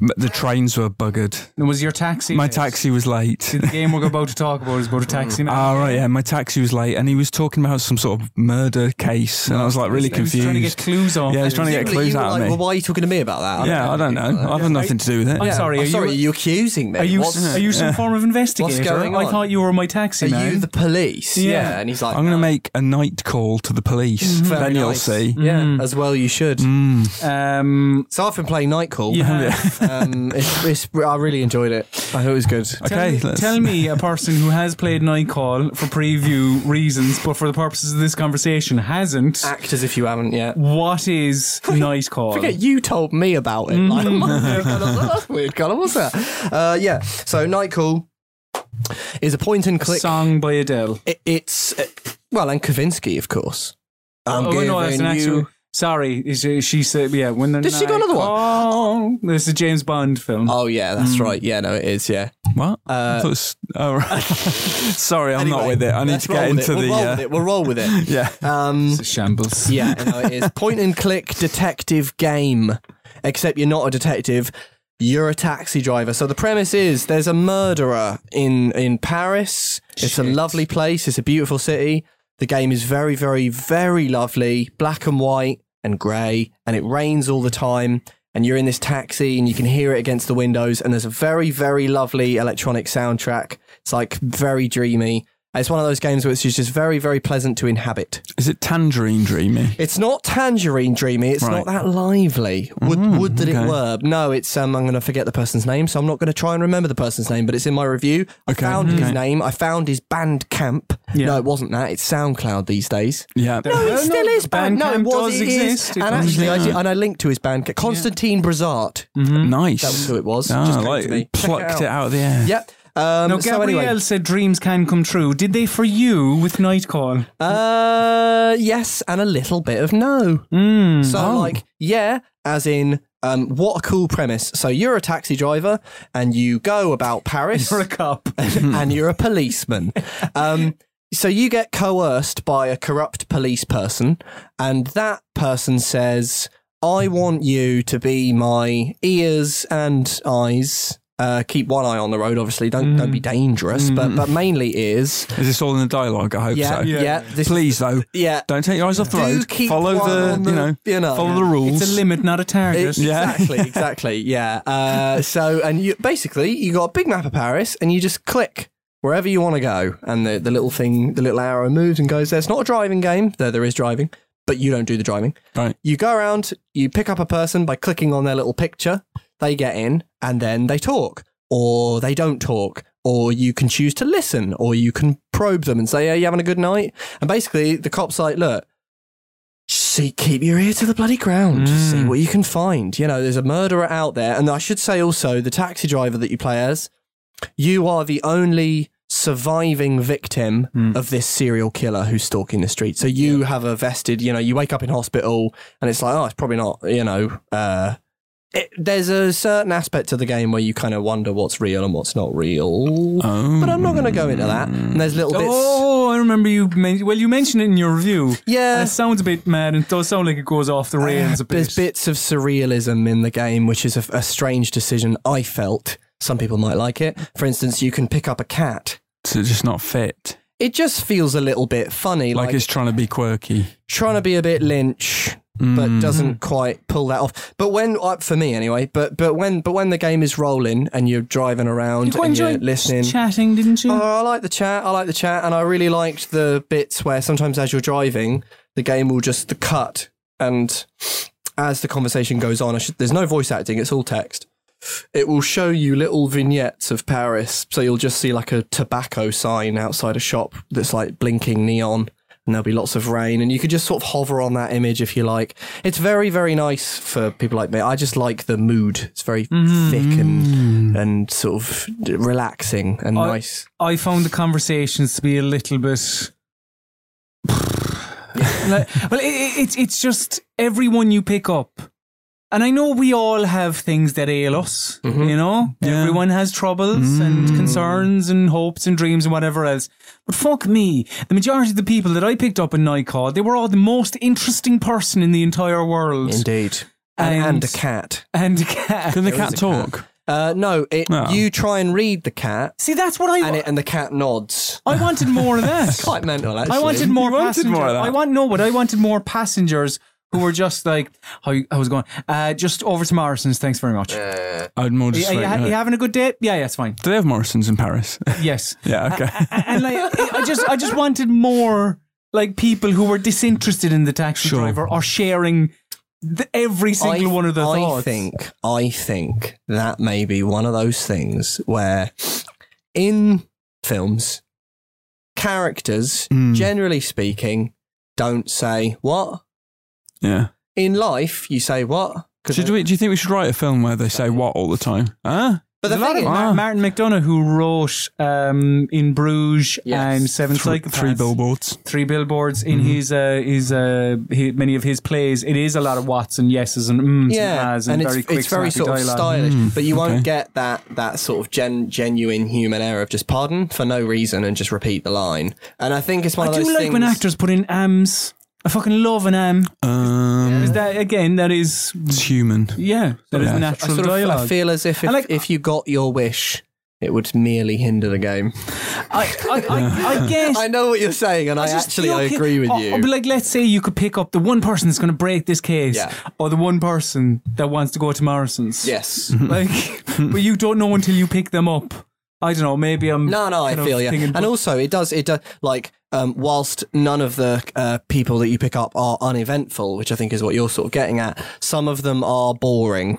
M- the trains were buggered. Was your taxi? My late? taxi was late. See, the game we're about to talk about is about a taxi. man. (laughs) Ah, right, yeah, my taxi was late, and he was talking about some sort of murder case, and I was like really He was trying to get confused. clues off. Yeah, he's trying to get But clues you were out like, of Well, me. why are you talking to me about that? I'm Yeah, I don't know. (laughs) I've had nothing to do with it. I'm sorry. I'm are Oh, sorry, you? you, are accusing me. Are you, What's- are you some form of investigator? going I on? thought you were my taxi are man. you the police? Yeah. And he's like, I'm going to make a night call to the police. Very Then you'll nice. see. Mm. Yeah, as well you should. um, So I've been playing Night Call. yeah. (laughs) um, it's, it's, I really enjoyed it. I thought it was good. Tell, Okay, me, let's- tell me a person who has played Night Call for preview reasons, but for the purposes of this conversation hasn't. Act as if you haven't yet. (laughs) What is Night Call? Ah. Forget you told me about it. Like, a Mm. month (laughs) ago. I was like, that's weird, Colin. What's that? Uh, yeah. So Night Call is a point and click. Song by Adele. It- it's uh, well, and Kavinsky, of course. I'm oh no, that's an giving actual. you- Sorry, is she, she said yeah. When the Did she go another one? Oh, this is a James Bond film. Oh yeah, Mm. that's right. Yeah, no, it is. Yeah. What? Uh, I thought it was- oh, right. (laughs) sorry, I'm not Anyway, with it. I need let's to get roll with it. into we'll the. Roll uh, with it. We'll roll with (laughs) it. yeah. Um, It's a shambles. yeah, no, it is point and click detective game. Except you're not a detective. You're a taxi driver. So the premise is there's a murderer in in Paris. It's a Shit. lovely place. It's a beautiful city. The game is very, very, very lovely. Black and white and grey, and it rains all the time. And you're in this taxi, and you can hear it against the windows. And there's a very, very lovely electronic soundtrack. It's like very dreamy. It's one of those games which is just very, very pleasant to inhabit. Is it Tangerine Dreamy? It's not tangerine dreamy. It's Right. not Mm, that lively. Would would that it were? No, it's um. I'm going to forget the person's name, so I'm not going to try and remember the person's name. But it's in my review. I Okay, found his okay. name. I found his band camp. Yeah. No, it wasn't that. It's SoundCloud these days. Yeah. No, no, it still no, is band. No, it Bandcamp was. does it is. exist. It And does actually, I exist. did, and I linked to his band. camp. Constantine Brizard. Mm-hmm. Nice. That was who it was. Ah, Just came like to me. Check plucked it out. of the air. Yep. Um, Now, so Gabrielle anyway, said dreams can come true. Did they for you with Night Call? Uh, yes, and a little bit of no. so like, yeah, as in, um, what a cool premise. So you're a taxi driver, and you go about Paris, For a cup. (laughs) and you're a policeman. Um, so you get coerced by a corrupt police person, and that person says, "I want you to be my ears and eyes." Uh, keep one eye on the road, obviously. Don't don't be dangerous, but but mainly ears. Is this all in the dialogue? I hope Yeah, so. yeah. this, Please though, yeah. don't take your eyes off the Do road. keep Follow one the, on the- you know, you know. follow the rules. It's a limit, not a target. It- Exactly, exactly. Yeah. Uh, so, and you basically you got a big map of Paris, and you just click wherever you want to go, and the, the little thing, the little arrow moves and goes there. It's not a driving game, though there is driving, but you don't do the driving. Right. You go around, you pick up a person by clicking on their little picture. They get in, and then they talk, or they don't talk, or you can choose to listen, or you can probe them and say, "Are you having a good night?" And basically, the cops like, "Look." See, keep your ear to the bloody ground. See what you can find. You know, there's a murderer out there. And I should say also, the taxi driver that you play as, you are the only surviving victim of this serial killer who's stalking the street. So you have a vested, you know, you wake up in hospital and it's like, oh, it's probably not, you know, uh, it, there's a certain aspect to the game where you kind of wonder what's real and what's not real. Oh. But I'm not going to go into that. And there's little bits. Oh, I remember you. Men- well, you mentioned it in your review. Yeah. Uh, And it sounds a bit mad, and it does sound like it goes off the rails a bit. There's bits of surrealism in the game, which is a, a strange decision. I felt some people might like it. For instance, you can pick up a cat. to just not fit. It just feels a little bit funny, Like, like, it's trying to be quirky. trying to be a bit Lynch, Mm-hmm. but doesn't quite pull that off. But when, uh, for me anyway, but but when but when the game is rolling and you're driving You around quite and you're enjoyed listening, chatting, didn't you? Oh, I like the chat. I like the chat, and I really liked the bits where sometimes as you're driving, the game will just the cut, and as the conversation goes on, I should, there's no voice acting; it's all text. It will show you little vignettes of Paris, so you'll just see like a tobacco sign outside a shop that's like blinking neon, and there'll be lots of rain, and you could just sort of hover on that image if you like. It's very, very nice for people like me. I just like the mood; it's very thick and and sort of relaxing and I- nice. I found the conversations to be a little bit. like, well, it, it, it's it's just everyone you pick up And I know we all have things that ail us, you know? Everyone has troubles and concerns and hopes and dreams and whatever else. But fuck me, the majority of the people that I picked up in Nycod, they were all the most interesting person in the entire world. Indeed. And, And- and a cat. And (laughs) a Ah. cat. Can the cat talk? Uh, no, it, Oh. you try and read the cat, See, that's what I and, wa- it, and the cat nods. I wanted more of that. Quite mental, actually. I (laughs) wanted more wanted passengers. more of that. I want no, but I wanted more passengers who were just like, how you- how's it going? Uh, just over to Morrison's. Thanks very much. Are I'd more you, just. are you wait, ha- no. you having a good day? Yeah, yeah, it's (laughs) fine. Do they have Morrison's in (laughs) Paris? Yes. yeah. Okay. and like I I just I just wanted more like people who were disinterested in the taxi Sure. driver or sharing the, every single one of their I thoughts. think I think that may be one of those things where in films characters Hmm. generally speaking don't say what (laughs) yeah. in life you say what 'Cause Should they- we? Do you think we should write a film where they say what all the time? Huh? but the There's a lot thing of is, Ah. Ma- Martin McDonough who wrote um, in Bruges Yes. and Seven Three, Psychopaths, three billboards. three billboards in his uh, his, uh, hi many of his plays. It is a lot of whats and yeses and mms and yeah has and, and very it's, quick it's very snappy sort of dialogue. stylish but you okay. won't get that that sort of gen, genuine human error of just pardon for no reason and just repeat the line and I think it's one I of do those like things when actors put in ams. I fucking love an am. Um, Is that again? That is it's human. yeah. That is Yeah. I I natural sort of dialogue. I feel as if if, And, like- if you got your wish, it would merely hinder the game. (laughs) I, I, I, I guess. I know what you're saying, and I, just actually feel I ki- agree with or- you. or be like, let's say you could pick up the one person that's going to break this case, Yeah. or the one person that wants to go to Morrison's. (laughs) yes. Like, but you don't know until you pick them up. I don't know. Maybe I'm. No, no, I kind of feel you. thinking- And also, it does, it does, like, um, whilst none of the uh, people that you pick up are uneventful, which I think is what you're sort of getting at, some of them are boring.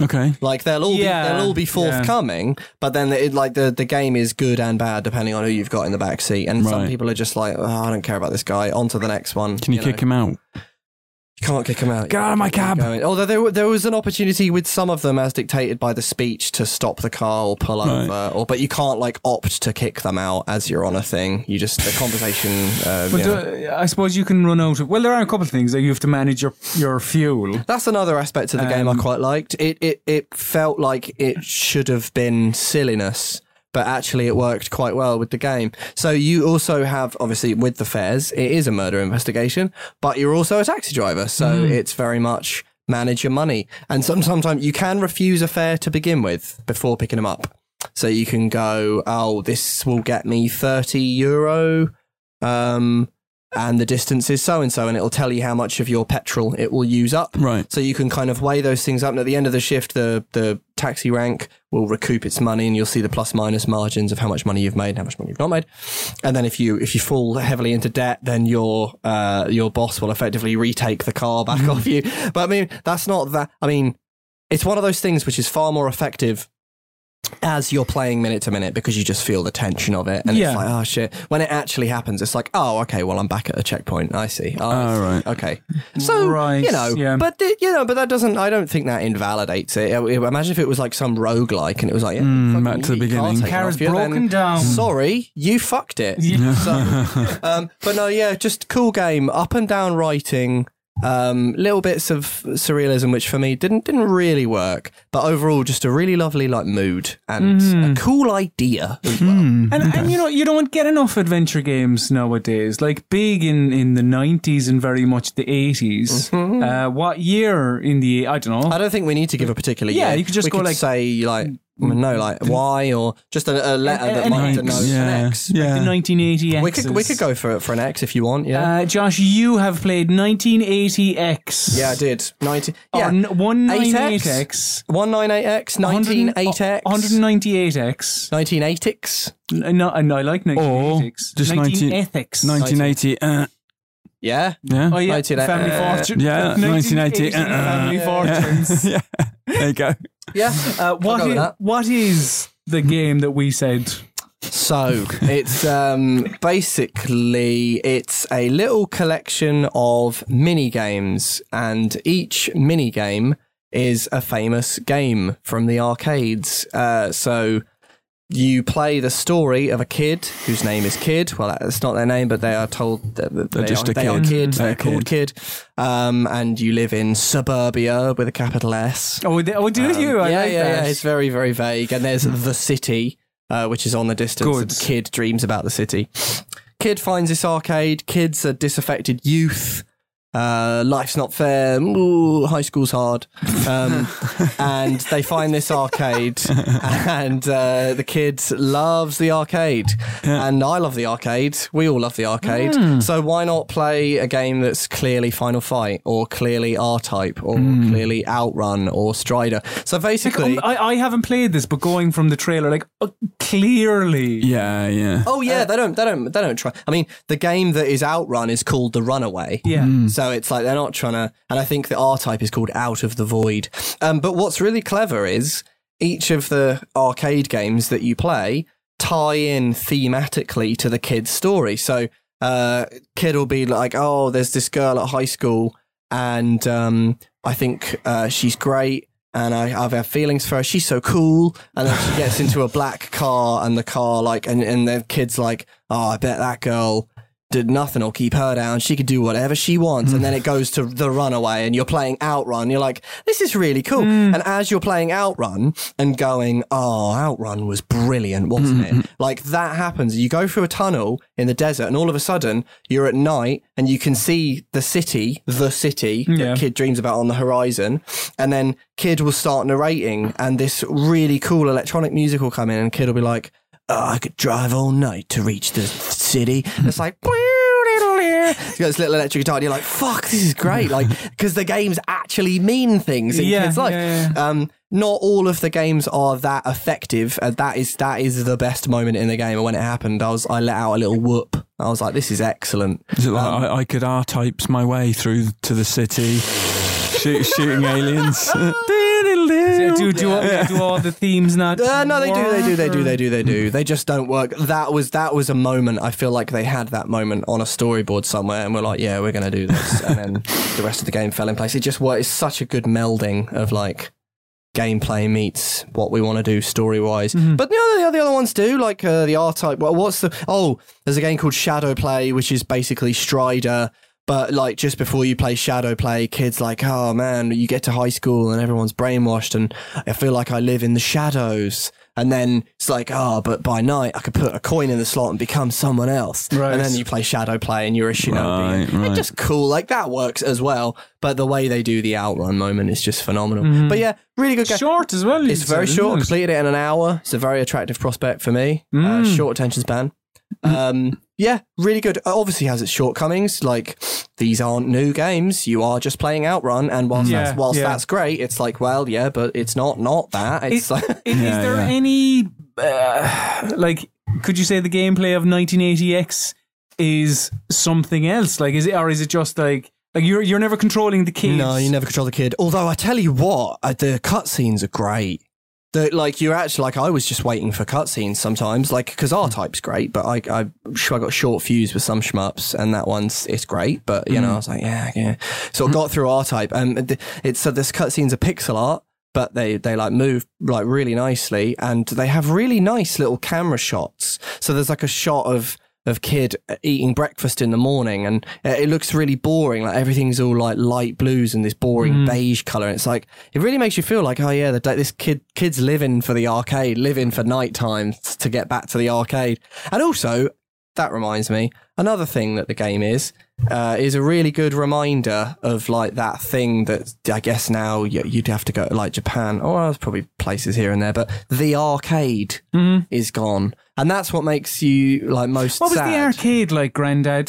Okay. Like they'll all Yeah, be they'll all be yeah. forthcoming, but then it, like the the game is good and bad depending on who you've got in the back seat. And some Right. people are just like, oh, I don't care about this guy. On to the next one. Can you, kick him out? You can't kick him out. Get out of my cab. going. Although there, wa- there was an opportunity with some of them, as dictated by the speech, to stop the car or pull Right. over, or but you can't like opt to kick them out as you're on a thing. You just the conversation. Uh, But you know. uh, I suppose you can run out of. Well, there are a couple of things that you have to manage your your fuel. That's another aspect of the game I quite liked. It, it it felt like it should have been silliness, but actually it worked quite well with the game. So you also have obviously with the fares, it is a murder investigation, but you're also a taxi driver, so it's very much manage your money. And some, sometimes you can refuse a fare to begin with before picking them up. So you can go, oh, this will get me thirty euro. Um, and the distance is so and so, and it'll tell you how much of your petrol it will use up. Right. So you can kind of weigh those things up, and at the end of the shift, the the taxi rank will recoup its money, and you'll see the plus minus margins of how much money you've made, and how much money you've not made. And then if you if you fall heavily into debt, then your uh, your boss will effectively retake the car back off you. But I mean, that's not that. I mean, it's one of those things which is far more effective as you're playing minute to minute because you just feel the tension of it and Yeah. it's like oh shit when it actually happens it's like oh okay well i'm back at a checkpoint i see oh, I Oh, see. right. okay so Right, you know yeah. but it- you know but that doesn't i don't think that invalidates it I- I- imagine if it was like some roguelike and it was like yeah, Hmm. fucking back to the you can't beginning. take it Car's off you, then broken down. sorry you fucked it Yeah. (laughs) so, um, but no, yeah, just cool game, up and down writing, um, little bits of surrealism, which for me didn't didn't really work, but overall just a really lovely like mood and Mm-hmm. a cool idea as Mm-hmm. well. And, and you know you don't get enough adventure games nowadays. Like big in, in the nineties and very much the 80s Uh, what year in the I don't know. Mm-hmm. I don't think we need to give a particular Yeah, year. you could just we go, could like- say like mm, no, like why or just a, a letter An- that an might X. denote Yeah. an X. Yeah. the 1980 We could we could go for for an X if you want. Yeah, Uh, Josh, you have played 1980X. yeah, I did ninety. Or Yeah, n- 198X. 8X, one nine eight X, nineteen eight X, oh, 198X. nineteen eight X. N- No, and I Oh, like 1980X. just 19 ethics. 1980. Uh, Yeah, yeah. Oh, yeah. 1980. Family Uh, Fortune. yeah, 1980. Family Fortunes. yeah. (laughs) There you go. yeah. Uh, what, go with is, that. what is the game that we said? So it's um, basically it's a little collection of mini games, and each mini game is a famous game from the arcades. Uh, so you play the story of a kid whose name is Kid. Well, it's not their name, but they are told that that they, just are, a they are kid. kid. They're They're a called Kid. Um, and you live in suburbia with a capital S. Oh, they, oh, do you? I Um, yeah, like yeah, yeah. that. It's very, very vague. And there's the city, uh, which is on the distance. Good. And Kid dreams about the city. Kid finds this arcade. Kid's a disaffected youth. Uh, life's not fair. Ooh, high school's hard. Um, and they find this arcade, and uh, the kid loves the arcade. And I love the arcade. We all love the arcade. So why not play a game that's clearly Final Fight, or clearly R Type, or clearly Outrun, or Strider? So basically. Um, I, I haven't played this, but going from the trailer, like uh, clearly, Yeah, yeah. Oh yeah, they don't, they don't, they don't try. I mean, the game that is Outrun is called The Runaway. yeah. So it's like they're not trying to. And I think the R type is called Out of the Void. Um, but what's really clever is each of the arcade games that you play tie in thematically to the kid's story. So uh, kid will be like, oh, there's this girl at high school, and um, I think uh, she's great. And I, I've had feelings for her. She's so cool. And then she gets into a black car, and the car, like, and, and the kid's like, oh, I bet that girl did nothing will keep her down. She could do whatever she wants. And then it goes to the runaway and you're playing Outrun. You're like, this is really cool. And as you're playing Outrun and going, oh, Outrun was brilliant, wasn't it? Like that happens. You go through a tunnel in the desert and all of a sudden you're at night and you can see the city, the city Yeah. that Kid dreams about on the horizon. And then Kid will start narrating and this really cool electronic music will come in and Kid will be like, oh, I could drive all night to reach the city. It's like, you got this little electric guitar, and you're like, fuck, this is great. (laughs) Like, because the games actually mean things in Yeah, kids' life. yeah, Um, not all of the games are that effective, and that is that is the best moment in the game. And when it happened, I was I let out a little whoop. I was like, this is excellent. Is it like Um, I, I could R types my way through to the city, shoot, (laughs) shooting aliens? Do, (laughs) do, do, do all the themes not? Uh, no, they do, they do, they do, they work, do, they do. They just don't work. That was that was a moment. I feel like they had that moment on a storyboard somewhere, and we're like, yeah, we're gonna do this, and then the rest of the game fell in place. It just worked. It's such a good melding of like gameplay meets what we want to do story wise. But the other the other ones do like uh, the R type. Well, what's the oh? There's a game called Shadow Play, which is basically Strider. But like just before you play Shadow Play, kids like, oh man, you get to high school and everyone's brainwashed, and I feel like I live in the shadows. And then it's like, oh, but by night I could put a coin in the slot and become someone else. Right. And then you play Shadow Play and you're a shinobi. Right, right. It's just cool. Like that works as well. But the way they do the outrun moment is just phenomenal. But yeah, really good game. or- Mm. Short as well. you It's said, very isn't short. it? Completed it in an hour. It's a very attractive prospect for me. Uh, Mm. short attention span. Um, yeah, really good. Uh, Obviously has its shortcomings. Like these aren't new games. You are just playing Outrun, and whilst Mm. Yeah, that's, whilst yeah. that's great, it's like well, yeah, but it's not not that. It's It- like (laughs) Is, is Yeah, there yeah. any uh, like? Could you say the gameplay of 1980X is something else? Like, is it or is it just like like you're you're never controlling the keys? No, you never control the kid. Although I tell you what, uh, the cutscenes are great. The, like you're actually like I was just waiting for cutscenes sometimes, like because R type's great, but I I, sh- I got short fuse with some shmups, and that one's it's great, but you know I was like yeah yeah, so I got through R type, and th- it's so this cutscenes are pixel art, but they they like move like really nicely, and they have really nice little camera shots. So there's like a shot of of kid uh, eating breakfast in the morning and uh, it it looks really boring like everything's all like light blues and this boring beige color and it's like it really makes you feel like oh yeah the, like this kid kids living for the arcade living for night time s- to get back to the arcade and also that reminds me another thing that the game is uh, is a really good reminder of like that thing that I guess now y- you'd have to go to like Japan or there's probably places here and there but the arcade is gone and that's what makes you like most What was sad. the arcade like, Grandad?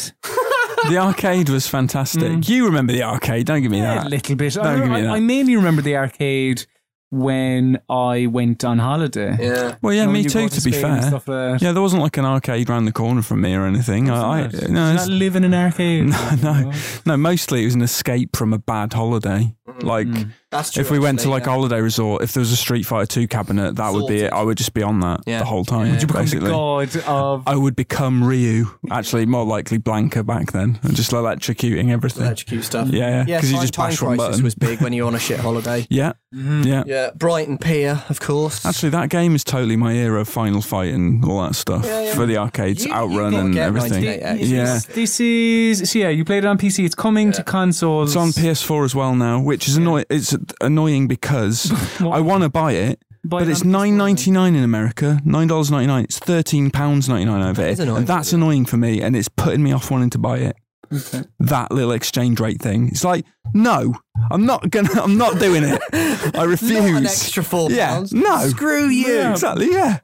the arcade was fantastic. Mm. You remember the arcade? Don't give me A that. little bit. I, give me I- that. I mainly remember the arcade when I went on holiday. Yeah. Well, yeah, You know, me you go too. To be Spain and fair, stuff like that. yeah, there wasn't like an arcade round the corner from me or anything. I, I Did you no, not it's, (laughs) live in an arcade. Mm. no, no, no. Mostly it was an escape from a bad holiday. Like That's true. If we went to actually, like a yeah. holiday resort, if there was a Street Fighter 2 cabinet, that would be it. I would just be on that Yeah. the whole time. Would you become basically. the god of? I would become Ryu, actually, more likely Blanca back then, and just electrocuting everything. electrocute stuff. yeah, yeah, because you Time- just bash time one crisis button. was big when you were on a shit holiday. (laughs) yeah, Mm-hmm. yeah. Yeah, Brighton Pier, of course. Actually, that game is totally my era of Final Fight and all that stuff Yeah, yeah. for the arcades, You- you Outrun gotta and get everything. 98. Yeah, yeah. This is so yeah. You played it on PC. It's coming to consoles. It's on PS4 as well now, which is annoying. It's annoying because (laughs) What? I want to buy it, Buy but it it's on PS4, nine ninety nine in America, nine dollars ninety nine. It's thirteen pounds ninety nine over is here, annoying. and that's annoying for me, and it's putting me off wanting to buy it. That little exchange rate thing. It's like, no, I'm not gonna. I'm not doing it. I refuse. (laughs) Not an extra four yeah, pounds. no. Screw you. Yeah, exactly. Yeah.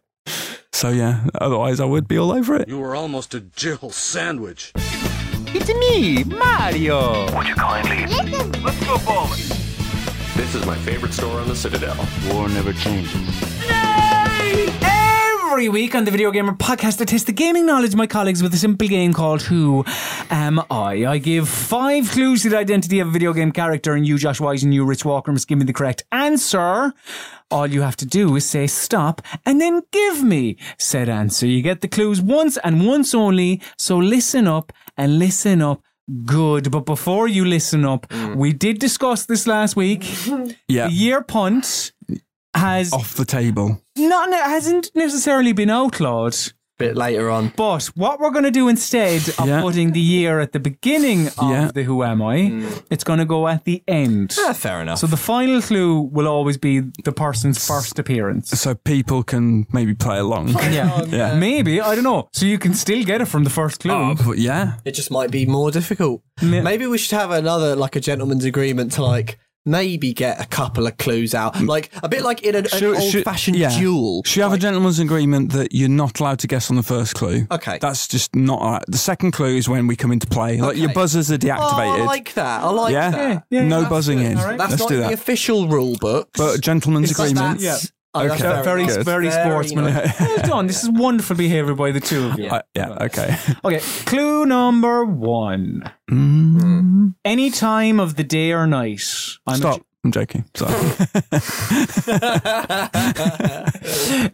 So yeah. Otherwise, I would be all over it. You were almost a Jill sandwich. It's me, Mario. Would you kindly listen? Let's go bowling. This is my favorite store on the Citadel. War never changes. Every week on the Video Gamer Podcast, I test the gaming knowledge of my colleagues with a simple game called Who Am I? I give five clues to the identity of a video game character, and you, Josh Wise, and you, Rich Walker, must give me the correct answer. All you have to do is say stop and then give me said answer. You get the clues once and once only, so listen up and listen up good. But before you listen up, we did discuss this last week. Yeah. The year punt has Off the table. not it hasn't necessarily been outlawed. Bit later on. But what we're going to do instead of Yeah. putting the year at the beginning of Yeah. the Who Am I, it's going to go at the end. Ah, fair enough. So the final clue will always be the person's first appearance. So people can maybe play along. Yeah. (laughs) Yeah. Maybe, I don't know. So you can still get it from the first clue. Oh, (laughs) but yeah. it just might be more difficult. Maybe we should have another like a gentleman's agreement to like maybe get a couple of clues out, like a bit like in an, an old-fashioned Mm. yeah. duel. Should you have a gentleman's agreement that you're not allowed to guess on the first clue? Okay. That's just not allowed. The second clue is when we come into play. Like your Okay. buzzers are Oh, I deactivated. like that. I like yeah? that. Yeah, No buzzing in. All right. That's Let's not do in the that. official rule book. But gentleman's It's like agreement. that's- Yeah. Oh, that's Okay. very, nice. very sportsmanlike. nice. (laughs) (laughs) Well done. This is wonderful behaviour by the two of you. Uh, yeah. Okay. (laughs) Okay, clue number one. Any time of the day or night. I'm Stop. I'm joking. (laughs) Sorry.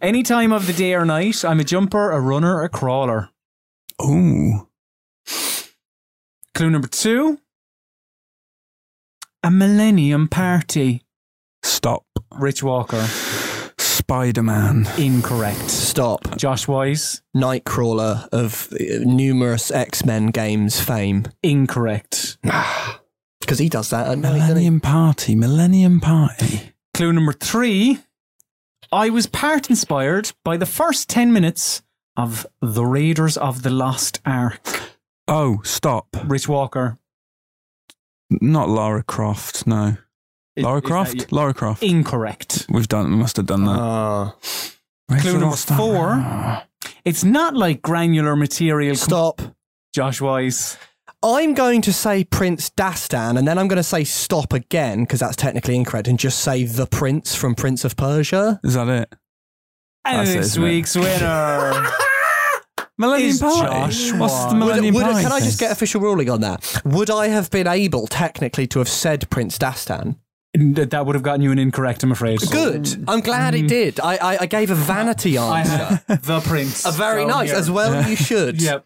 Any time of the day or night, I'm a jumper, a runner, a crawler. Ooh. Clue number two A Millennium Party. Stop. Rich Walker. Spider Man. Incorrect. Stop. Josh Wise. Nightcrawler of uh, numerous X Men games fame Incorrect. because he does that at night, doesn't he? Millennium Party. Millennium Party. Clue number three I was part inspired by the first 10 minutes of The Raiders of the Lost Ark. Oh, stop. Rich Walker. Not Lara Croft. No. Lara that Croft. you? Lara Croft. Incorrect. We've done. We must have done that. Ah. Where's clue the number last time? Uh, four. It's not like granular material. Stop. Josh Wise. I'm going to say Prince Dastan, and then I'm going to say stop again because that's technically incorrect, and just say the Prince from Prince of Persia. Is that it? And That's it, this isn't it? week's (laughs) winner. Millennium Is Party. Josh What's White. the Would, Millennium would- Party? can I just thing? get official ruling on that? Would I have been able technically to have said Prince Dastan? That that would have gotten you an incorrect, I'm afraid. Good. I'm glad Mm. it did. I, I, I gave a vanity I answer. had the prince. A very So nice, here. as well (laughs) you should. Yep.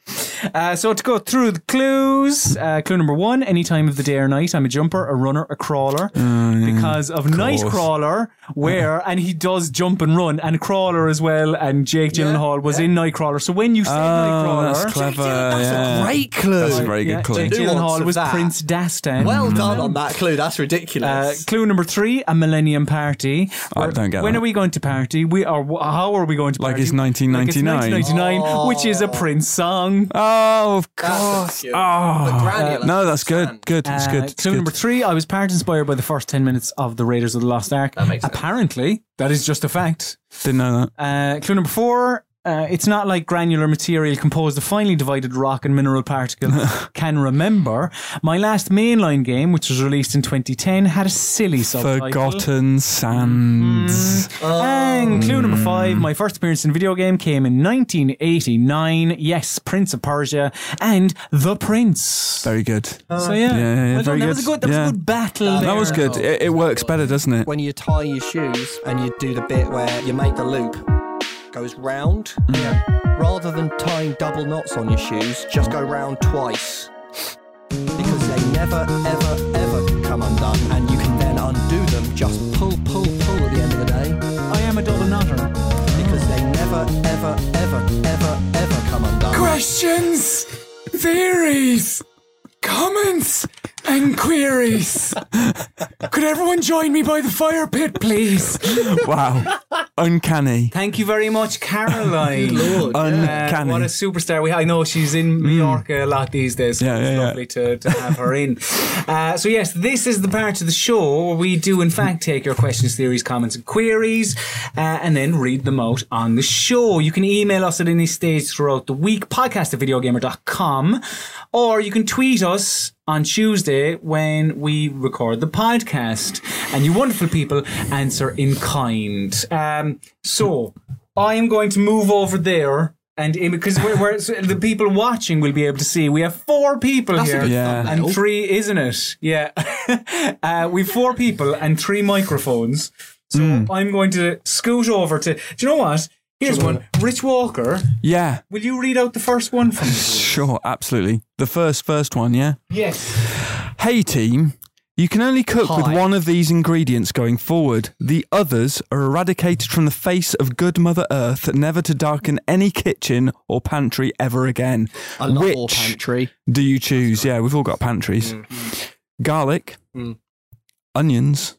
Uh, so to go through the clues, uh, clue number one: any time of the day or night, I'm a jumper, a runner, a crawler. Oh, because of night course. crawler, where and he does jump and run, and crawler as well. And Jake Gyllenhaal was in night crawler. So when you say night Oh, crawler, that's clever. That's yeah. a great clue. That's a very good Hmm. clue. Jake The nuance Gyllenhaal of was that. Prince Dastan. Mm. Well done on that clue. That's Uh, ridiculous. clue number three: a millennium party. I Where- don't get When that. are we going to party? We are. wh- How are we going to Like party? it's 1999. 1999, Oh. which is a Prince song. Oh, of That's course. obscure. But Oh, granular, no, that's good. understand. Good. It's Uh, good. It's clue number good. three: I was part inspired by the first ten minutes of the Raiders of the Lost Ark. That makes sense. Apparently, that is just a fact. Didn't know that. Uh, clue number four: uh, it's not like granular material composed of finely divided rock and mineral (laughs) particles can remember. My last mainline game, which was released in 2010, had a silly subtitle. Forgotten Sands. Mm-hmm. And clue Hmm. number five, my first appearance in video game came in 1989. Yes, Prince of Persia and The Prince. Very good. so yeah, yeah, yeah, well done. very That was a good, good. that Yeah. was a good battle. that there. was good. It, it works better, doesn't it? When you tie your shoes and you do the bit where you make the loop goes round, Mm. rather than tying double knots on your shoes, just go round twice. Because they never, ever, ever come undone, and you can then undo them. Just pull, pull, pull at the end of the day, I am a double knotter. because they never, ever, ever, ever, ever come undone. Questions, theories, comments, and (laughs) queries. Could everyone join me by the fire pit, please? (laughs) Wow. Uncanny. Thank you very much, Caroline. Lord, Uncanny. what a superstar we have. I know she's in Mallorca a lot these days. So Mm. Yeah, it's yeah, yeah. lovely To, to have her (laughs) in. Uh, so, yes, this is the part of the show where we do, in fact, take your questions, theories, comments, and queries uh, and then read them out on the show. You can email us at any stage throughout the week, podcast at videogamer.com, or you can tweet us on Tuesday when we record the podcast. And you wonderful people answer in kind. Um, so I am going to move over there. And in- because we're, we're, so the people watching will be able to see, we have four people here, good Yeah. and three, isn't it? Yeah, (laughs) uh, we've four people and three microphones. So I'm going to scoot over to. Do you know what? Here's one. Rich Walker, Yeah. will you read out the first one? From (laughs) Sure. Absolutely. The first, first one. Yeah. yes. Hey team, you can only cook with one of these ingredients going forward. The others are eradicated from the face of good Mother Earth, never to darken any kitchen or pantry ever again. I love Which all pantry. do you choose? Yeah, we've all got pantries. Garlic, onions,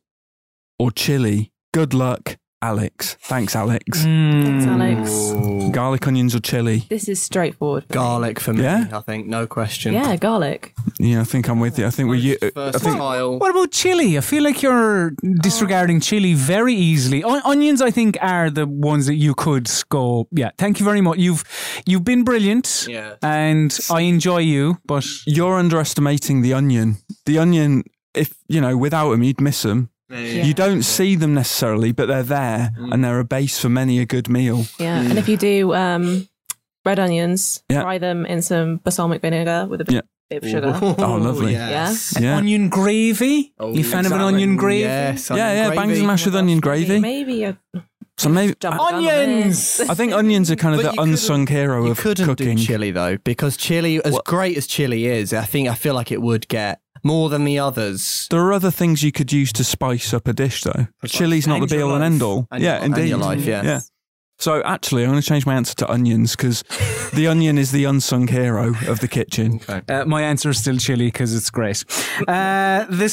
or chili. Good luck, Alex. Thanks, Alex. Thanks, Alex. Garlic, onions, or chili. This is straightforward. Garlic for me, Yeah? I think, no question. Yeah, garlic. Yeah, I think I'm with you. I think we. I First think tile. What about chili? I feel like you're disregarding chili very easily. On- onions, I think, are the ones that you could go. Yeah, thank you very much. You've you've been brilliant, Yeah. and I enjoy you. But you're underestimating the onion. The onion. If you know, without him, you'd miss him. You don't see them necessarily, but they're there and they're a base for many a good meal. Yeah, and if you do um, red onions, Yeah. fry them in some balsamic vinegar with a bit, Yeah. bit (laughs) of sugar. Oh, lovely. yes. Yeah. onion gravy. you fan of an onion gravy? Yes, yeah, yeah, bangs and mash with onion gravy. Maybe a So maybe jump I, down on this. Onions! I think onions are kind of But the you unsung hero You of couldn't cooking. do chili though, because chili, as great as chili is, I think I feel like it would get more than the others. There are other things you could use to spice up a dish, though. Chili's not the And be your all and life. end all. And yeah, your- and indeed. your life, yeah. yeah. So actually, I'm going to change my answer to onions (laughs) because the onion is the unsung hero of the kitchen. Um, Uh, my answer is still chili because it's great. Uh, the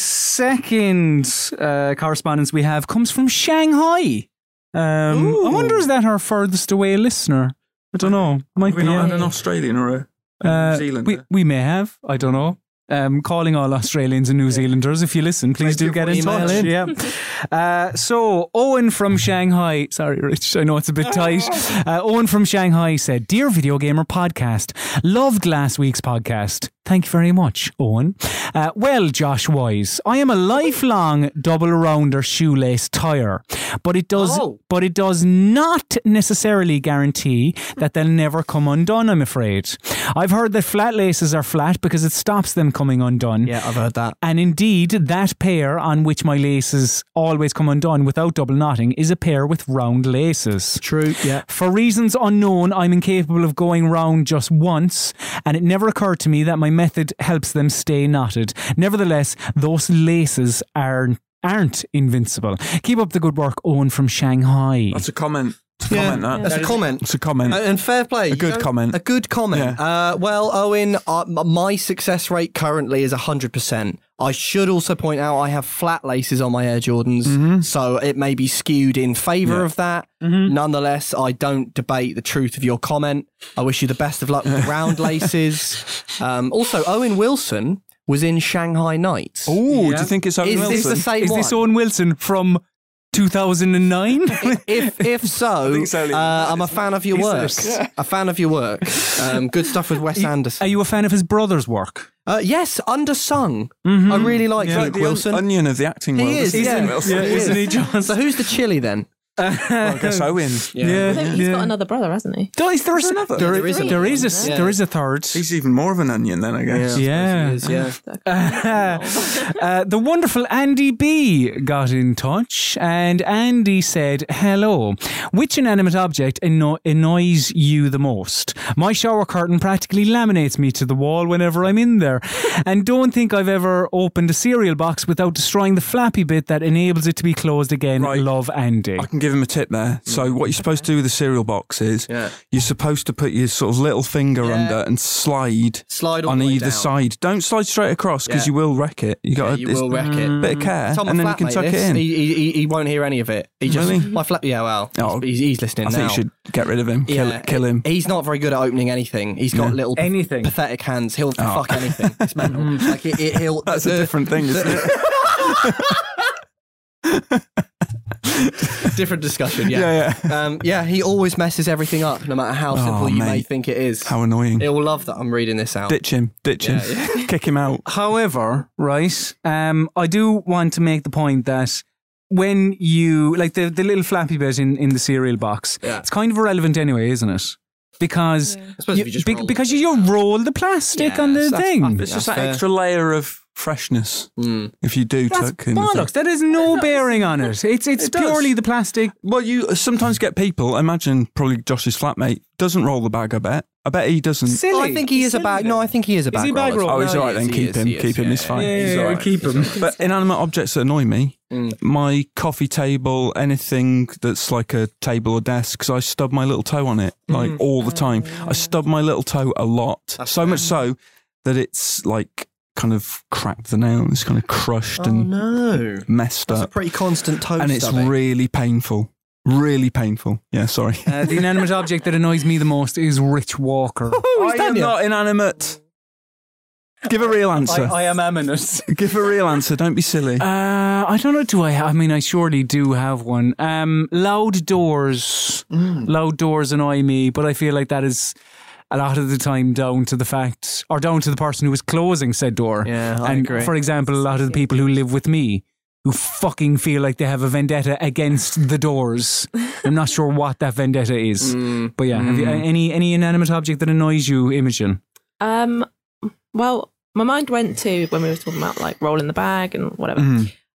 second uh, correspondence we have comes from Shanghai. Um, I wonder is that our furthest away listener? I don't know. Might be. yeah. Australian or a Uh, we, we may have. I don't know. Um, calling all Australians and New Zealanders, if you listen, please do get in touch. Yeah. Uh, so Owen from Shanghai, sorry, Rich, I know it's a bit tight. Uh, Owen from Shanghai said, "Dear Video Gamer Podcast, loved last week's podcast. Thank you very much, Owen. Uh, well, Josh Wise, I am a lifelong double rounder shoelace tire, but it does, but it does not necessarily guarantee that they'll never come undone. I'm afraid. I've heard that flat laces are flat because it stops them coming undone. Yeah, I've heard that. And indeed, that pair on which my laces always come undone without double knotting is a pair with round laces. True. Yeah. For reasons unknown, I'm incapable of going round just once, and it never occurred to me that my method helps them stay knotted. Nevertheless, those laces aren't aren't invincible. Keep up the good work, Owen from Shanghai. That's a comment. It's a comment. That. That's a comment. It's a comment. A- And fair play. you good know, comment. A good comment. Uh, well, Owen, uh, m- my success rate currently is 100%. I should also point out I have flat laces on my Air Jordans, Mm-hmm. so it may be skewed in favor of that. Nonetheless, I don't debate the truth of your comment. I wish you the best of luck (laughs) with round laces. Um, also, Owen Wilson was in Shanghai Nights. Oh, do you think it's Owen Is this Wilson? the same Is one? this Owen Wilson from 2009? If (laughs) if so, so, Liam. uh, I'm a fan of your He's work. (laughs) so- A fan of your work. Um, good stuff with Wes (laughs) Are Anderson. you a fan of his brother's work? Uh, yes, undersung. Mm-hmm. I really like Like Luke the Wilson. on- onion of the acting world. he is. isn't Yeah. Wilson? He isn't he, is. (laughs) John? So who's the chili then? I guess I win. Yeah. I think he's got another brother, hasn't he? There is, there is another. There There is, is a, a- there is a s- Yeah. there is a third. He's even more of an onion then, I guess. Yeah. (laughs) Yeah. (laughs) Uh, the wonderful Andy B got in touch, and Andy said, "Hello. Which inanimate object anno- annoys you the most? My shower curtain practically laminates me to the wall whenever I'm in there, and don't think I've ever opened a cereal box without destroying the flappy bit that enables it to be closed again. Right. Love, Andy." I can give him a tip there. So, what you're supposed to do with the cereal box is Yeah. you're supposed to put your sort of little finger Yeah. under and slide Slide all on the way either down. side. Don't slide straight across because Yeah. you will wreck it. You got you will wreck it. a bit of care, Tom, my Mm. and then you can flatmate, tuck this, it in. He, he, he won't hear any of it. He just Really? my flat. Yeah, well, Oh. he's, he's listening I now. think you should get rid of him. Kill, Yeah, kill him. He's not very good at opening anything. He's got little Anything. pathetic hands. He'll fuck (laughs) anything. It's mental. like it, it, he'll. Oh. That's a the- different thing, isn't it? different discussion. Yeah, Yeah, Oh, Um, yeah, he always messes everything up, no matter how simple you may mate. think it is. (laughs) How annoying. He'll love that I'm reading this out. Ditch him. Ditch him. Kick him out. However, right, um, I do want to make the point that when you like the the little flappy bit in, in the cereal box, Yeah. it's kind of irrelevant anyway, isn't it? Because suppose you- if you just be- roll because you, you roll the plastic Yeah, on the so that's- thing. It's just That's that fair. extra layer of freshness Mm. if you do That's tuck in. the thing. bollocks. That has no bearing on it. It's it's It does. purely the plastic. Well, you sometimes get people. Imagine probably Josh's flatmate doesn't roll the bag. I bet. I bet he doesn't. Silly. Oh, I think he is a bag. No, I think he is a bag. he bag roller. roller? oh, he's No, all right he is, then. he Keep is, him. he is, keep him. yeah, He's fine. yeah, he's yeah, all right. keep him. But inanimate objects that annoy me, my coffee table, anything that's like a table or desk, 'cause I stub my little toe on it like all the time. I stub my little toe a lot, so much so that it's like kind of cracked the nail. It's kind of crushed and No. messed That's a up, pretty constant toe and it's stubbing. really painful. Really painful. Yeah, sorry. (laughs) Uh, the inanimate object that annoys me the most is Rich (laughs) Walker. I am not inanimate. Give a real answer. am aminous. (laughs) Give a real answer. Don't be silly. Uh, I don't know. Do I? I mean, I surely do have one. Um, loud doors, Mm. loud doors annoy me, but I feel like that is a lot of the time down to the fact, or down to the person who is closing said door. Yeah, I and agree. for example, a lot of the people who live with me who fucking feel like they have a vendetta against the (laughs) doors. I'm not sure what that vendetta is, Mm. but yeah. Have you, any any inanimate object that annoys you, Imogen? Um, well, my mind went to when we were talking about like rolling the bag and whatever.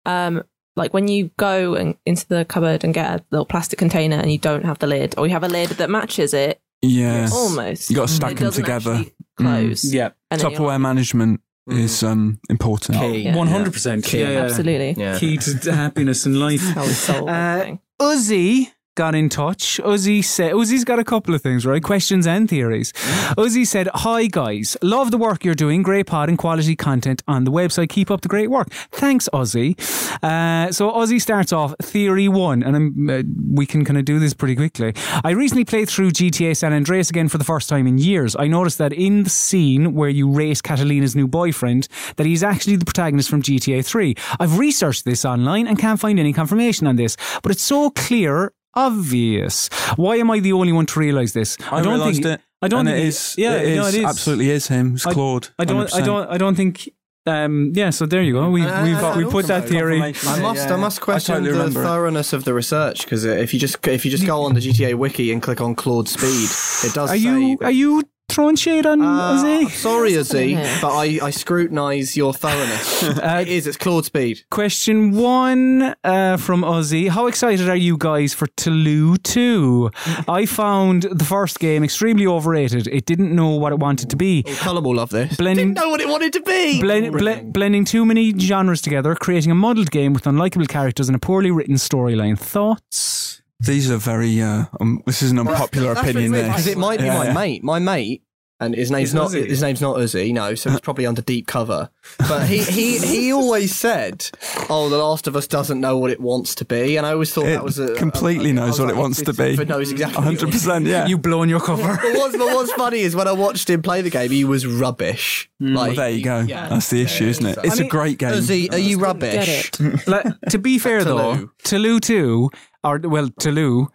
Um, like when you go and into the cupboard and get a little plastic container and you don't have the lid, or you have a lid that matches it yeah. almost. You gotta but stack it 'em doesn't together. actually Close. Mm. Yeah, And then you're Tupperware management is um, important. Key. one hundred percent. like, absolutely. Yeah. Key to happiness (laughs) in life. How we solve Uh, everything. Uzi got in touch. Uzi said, Uzi's got a couple of things, right? Questions and theories. Uzi said, Hi guys, love the work you're doing. Great pod and quality content on the website. Keep up the great work. Thanks, Uzi. Uh, so Uzi starts off theory one, and I'm, uh, we can kind of do this pretty quickly. I recently played through GTA San Andreas again for the first time in years. I noticed that in the scene where you race Catalina's new boyfriend, that he's actually the protagonist from GTA 3. I've researched this online and can't find any confirmation on this, but it's so clear, obvious. Why am I the only one to realize this? I, don't realised think it. I don't and think it is. Yeah, it is, no, it is. Absolutely is him. It's Claude. I don't. I 100%. don't. I don't think. Um, yeah. So there you go. We And- we've, and we put also that theory. Confirmation. I must, Yeah, yeah. I must question totally the remember it. thoroughness of the research because if you just if you just go on the GTA wiki and click on Claude Speed, it does. Are you say, are you throwing shade on Uh, I'm Uzi? sorry, Uzi, Yeah. but I, I scrutinise your (laughs) thoroughness. it is. It's Claude Speed. Question one uh, from Ozzy. How excited are you guys for Toulouse 2? I found the first game extremely overrated. It didn't know what it wanted to be. Colour will love this. Blending- Didn't know what it wanted to be. Blend, ble- blending too many genres together, creating a muddled game with unlikable characters and a poorly written storyline. Thoughts? These are very. Uh, um, this is an unpopular opinion. There. Because it might be my mate. My mate and his name's Is not Uzi? his name's not Uzi, no, so he's probably under deep cover. But he, he (laughs) he always said, "Oh, The Last of Us doesn't know what it wants to be," and I always thought It that was a, completely I knows was what like, it wants to this- be. It knows exactly. what it hundred wants to be. percent. Yeah, Uh, You blown your (laughs) cover. But what's, but what's funny is when I watched him play the game, he was rubbish. Like, Mm. Well, there you go. yeah. That's the issue, isn't it? so- It's I a mean, great game. Uzi, are you Get rubbish? it. Like, to be fair though, Tulu two or well Tulu. Loop,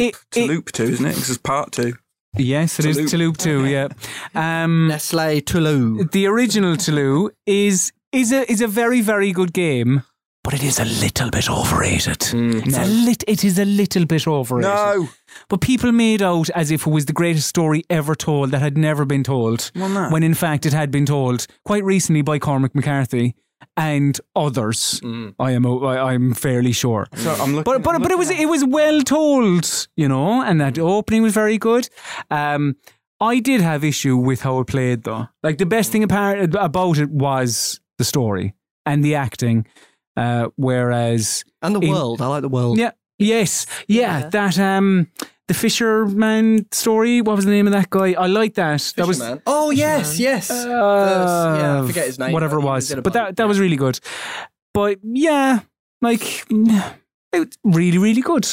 it- it- loop two, isn't it? Because it's part two. Yes, it is Tulum too. (laughs) Yeah, um, Nestle Tulu. the original Tulu is is a is a very very good game, but it is a little bit overrated. It's a lit, it is a little bit overrated. Mm, No. but people made out as if it was the greatest story ever told that had never been told, Well, no. when in fact it had been told quite recently by Cormac McCarthy and others. Mm. I am o- I, I'm fairly sure. So I'm looking. But but but it was it was well told, you know, and that opening was very good. Um, I did have issue with how it played though. Like the best thing apparent about it was the story and the acting. Uh, whereas, And the In- world. I like the world. yeah, yes, yeah, Yeah. that um, the fisherman story. What was the name of that guy? I like that. that was Fisherman. oh yes, yes. Uh, yeah, I forget his name. Whatever it He was. in a But boat, that that yeah. was really good. But yeah, like mm, it was really really good.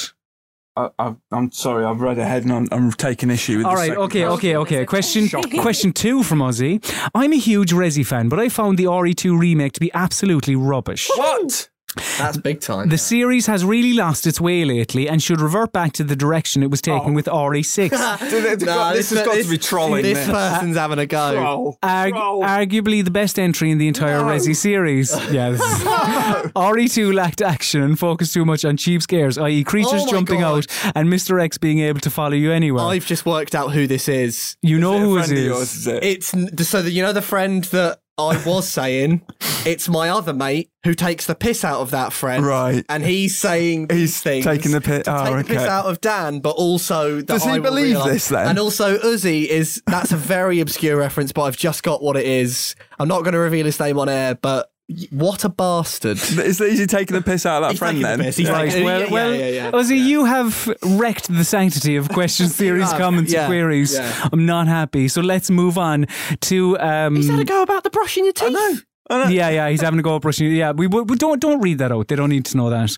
I, I, I'm sorry. I've read ahead and I'm, I'm taking issue with. All the right, second okay, part. okay, okay. Question Shocking. question two from Ozzy. I'm a huge Resi fan, but I found the RE2 remake to be absolutely rubbish. What? That's big time. The series has really lost its way lately and should revert back to the direction it was Oh. taken with E (laughs) RE6. Nah, this, has got this- to be trolling. This this. person's having a go. Arg- arguably the best entry in the entire Resi (laughs) series. Yeah, (laughs) this is- RE2 lacked action and focused too much on cheap scares, i.e., creatures Oh my jumping God. out and Mr. X being able to follow you anywhere. I've just worked out who this is. you know who Friend it of is. yours, is it? It's n- so that you know the friend that I was (laughs) saying. It's my other mate who takes the piss out of that friend, Right. And he's saying these He's things taking the pi- to oh, take the piss okay. out of Dan, but also that Does he I will believe realise- this, then? And also Uzi is that's a very obscure reference, but I've just got what it is. I'm not going to reveal his name on air, but y- what a bastard! Is, is he taking the piss out of that He's friend taking the then? piss, he's Right. taking- well, yeah, yeah, well, yeah, yeah. Ozzy, you have wrecked the sanctity of (laughs) questions, theories, have, comments, yeah, and queries. yeah. I'm not happy. So let's move on to. Um, He's mm. had a go about the brushing your teeth. yeah, yeah, he's having a go at brushing. Yeah, we, we don't don't read that out. They don't need to know that.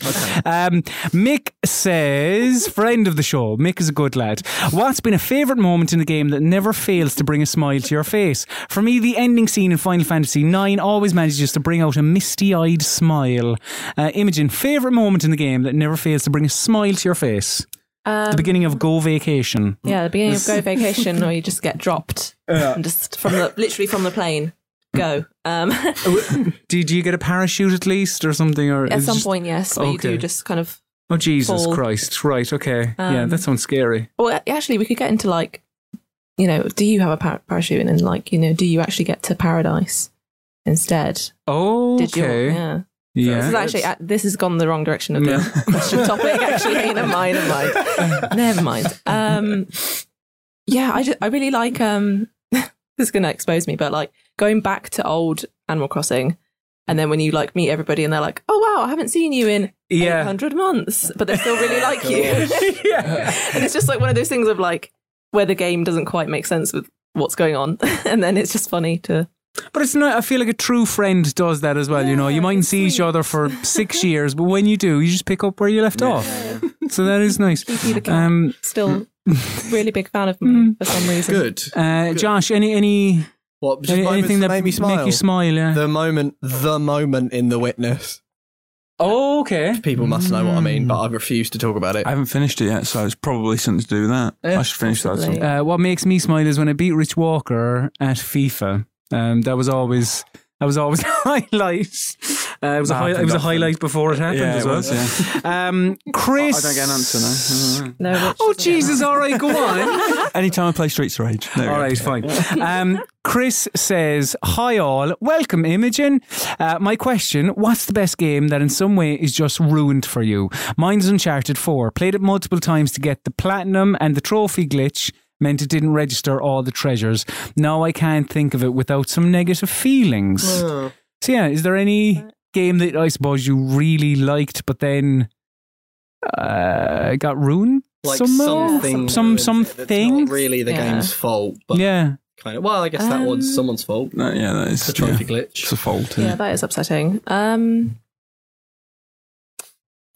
Um, Mick says, friend of the show, Mick is a good lad. What's been a favourite moment in the game that never fails to bring a smile to your face? For me, the ending scene in Final Fantasy IX always manages to bring out a misty-eyed smile. Uh, Imogen, favourite moment in the game that never fails to bring a smile to your face? the beginning Um, of Go Vacation. Yeah, the beginning of Go Vacation, or you just get dropped, and just from the literally from the plane. Go. Um, Did you get a parachute at least, or something? Or at it's some just- point, yes, but you okay. do just kind of. Oh Jesus fall. Christ! Right. Okay. yeah, Um, that sounds scary. Well, actually, we could get into like, you know, do you have a par- parachute, and then like, you know, do you actually get to paradise instead? Oh, Did you? okay. Yeah. This yeah. is actually uh, this has gone the wrong direction of the (laughs) question topic. Actually, never mind, never mind, never mind. Um, yeah, I, ju- I really like. Um, (laughs) this is going to expose me, but like going back to old Animal Crossing, and then when you like meet everybody, and they're like, "Oh wow, I haven't seen you in Yeah. 800 months," but they still really like you. (laughs) and it's just like one of those things of like where the game doesn't quite make sense with what's going on, (laughs) and then it's just funny to But it's not. I feel like a true friend does that as well. you know, you mightn't see each other (laughs) for six years, but when you do, you just pick up where you left off. (laughs) So that is nice. Um, still really big fan of me for some reason. Good. uh, Josh, any any What? Just any- moments anything that made me smile. make you smile? Yeah. The moment, the moment in the witness. oh, okay. People must know what I mean, but I refuse to talk about it. I haven't finished it yet, so it's probably something to do with that. I should finish that. possibly. sometime. Uh, what makes me smile is when I beat Rich Walker at FIFA. Um, that was always that was always (laughs) a highlight. Uh, it was a Nah, I high, think it was a that's- highlight before it happened Yeah, as it well. was, Um, Chris, I don't get an answer No, now. Rich Oh doesn't get Jesus! that. All right, go on. Anytime I play Streets of Rage. There we All go. right, fine. (laughs) Um, Chris says, Hi, all. Welcome, Imogen. Uh, my question What's the best game that in some way is just ruined for you? Mine's Uncharted 4. Played it multiple times to get the platinum and the trophy glitch. Meant it didn't register all the treasures. Now I can't think of it without some negative feelings. Hmm. So, yeah, is there any game that I suppose you really liked but then uh, got ruined? like somehow? something, Some, that's not something? really the Yeah. game's fault, but yeah. Um, kind of. Well, I guess that one's someone's fault. That- yeah, that is It's a trophy yeah. glitch. It's a fault. Yeah, that is upsetting. Um,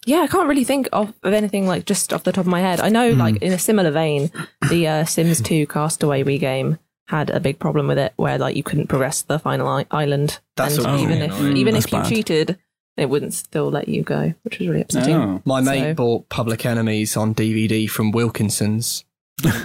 yeah, I can't really think of, of anything like just off the top of my head. I know, like in a similar vein, the uh, Sims 2 Castaway Wii game had a big problem with it, where like you couldn't progress to the final i- island. That's a- and even oh, if annoying. even That's if you bad. cheated, it wouldn't still let you go, which was really upsetting. My mate So- bought Public Enemies on DVD from Wilkinson's,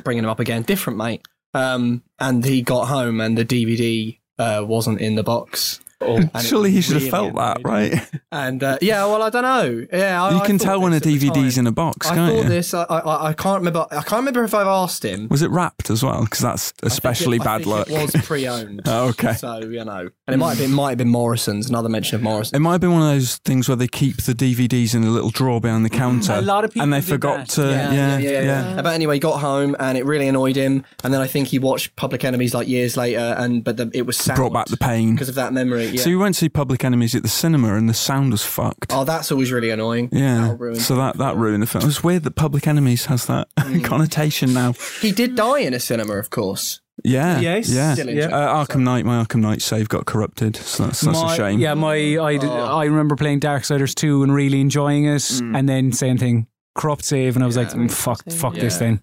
bringing them up again, different mate. Um, and he got home and the DVD uh, wasn't in the box. Or, and it Surely was he should have really felt that, annoying. right? And uh, yeah, well, I don't know. Yeah, I, you Oh, I can thought tell when a this at the DVD's time. in a box, I can't thought you? this. I, I I can't remember. I can't remember if I've asked him. Was it wrapped as well? Because that's especially I bad think luck. It was pre-owned. (laughs) Oh, okay. So you know, and it might have been might have been Morrison's. Another mention of Morrison. It might have been one of those things where they keep the DVDs in a little drawer behind the Mm. counter. A lot of people and they did forgot that. to. Yeah, yeah, But anyway, he got home and it really annoyed him. And then I think he watched Public Enemies like years later, and but the, it was sound Brought back the pain. because of that memory. Yeah. So you went to see Public Enemies at the cinema, and the sound was fucked. oh, that's always really annoying. yeah. that'll ruin So that that ruined the film. It's weird that Public Enemies has that (laughs) Mm. connotation now. He did die in a cinema, of course. Yeah. Yes. Yeah. Still Yeah. Uh, Arkham Knight, my Arkham Knight save got corrupted, so that's, that's my, a shame. Yeah, my I, d- I remember playing Darksiders 2 and really enjoying it, and then same thing, Mm. corrupt save, and I was like, mm, fuck, fuck this thing.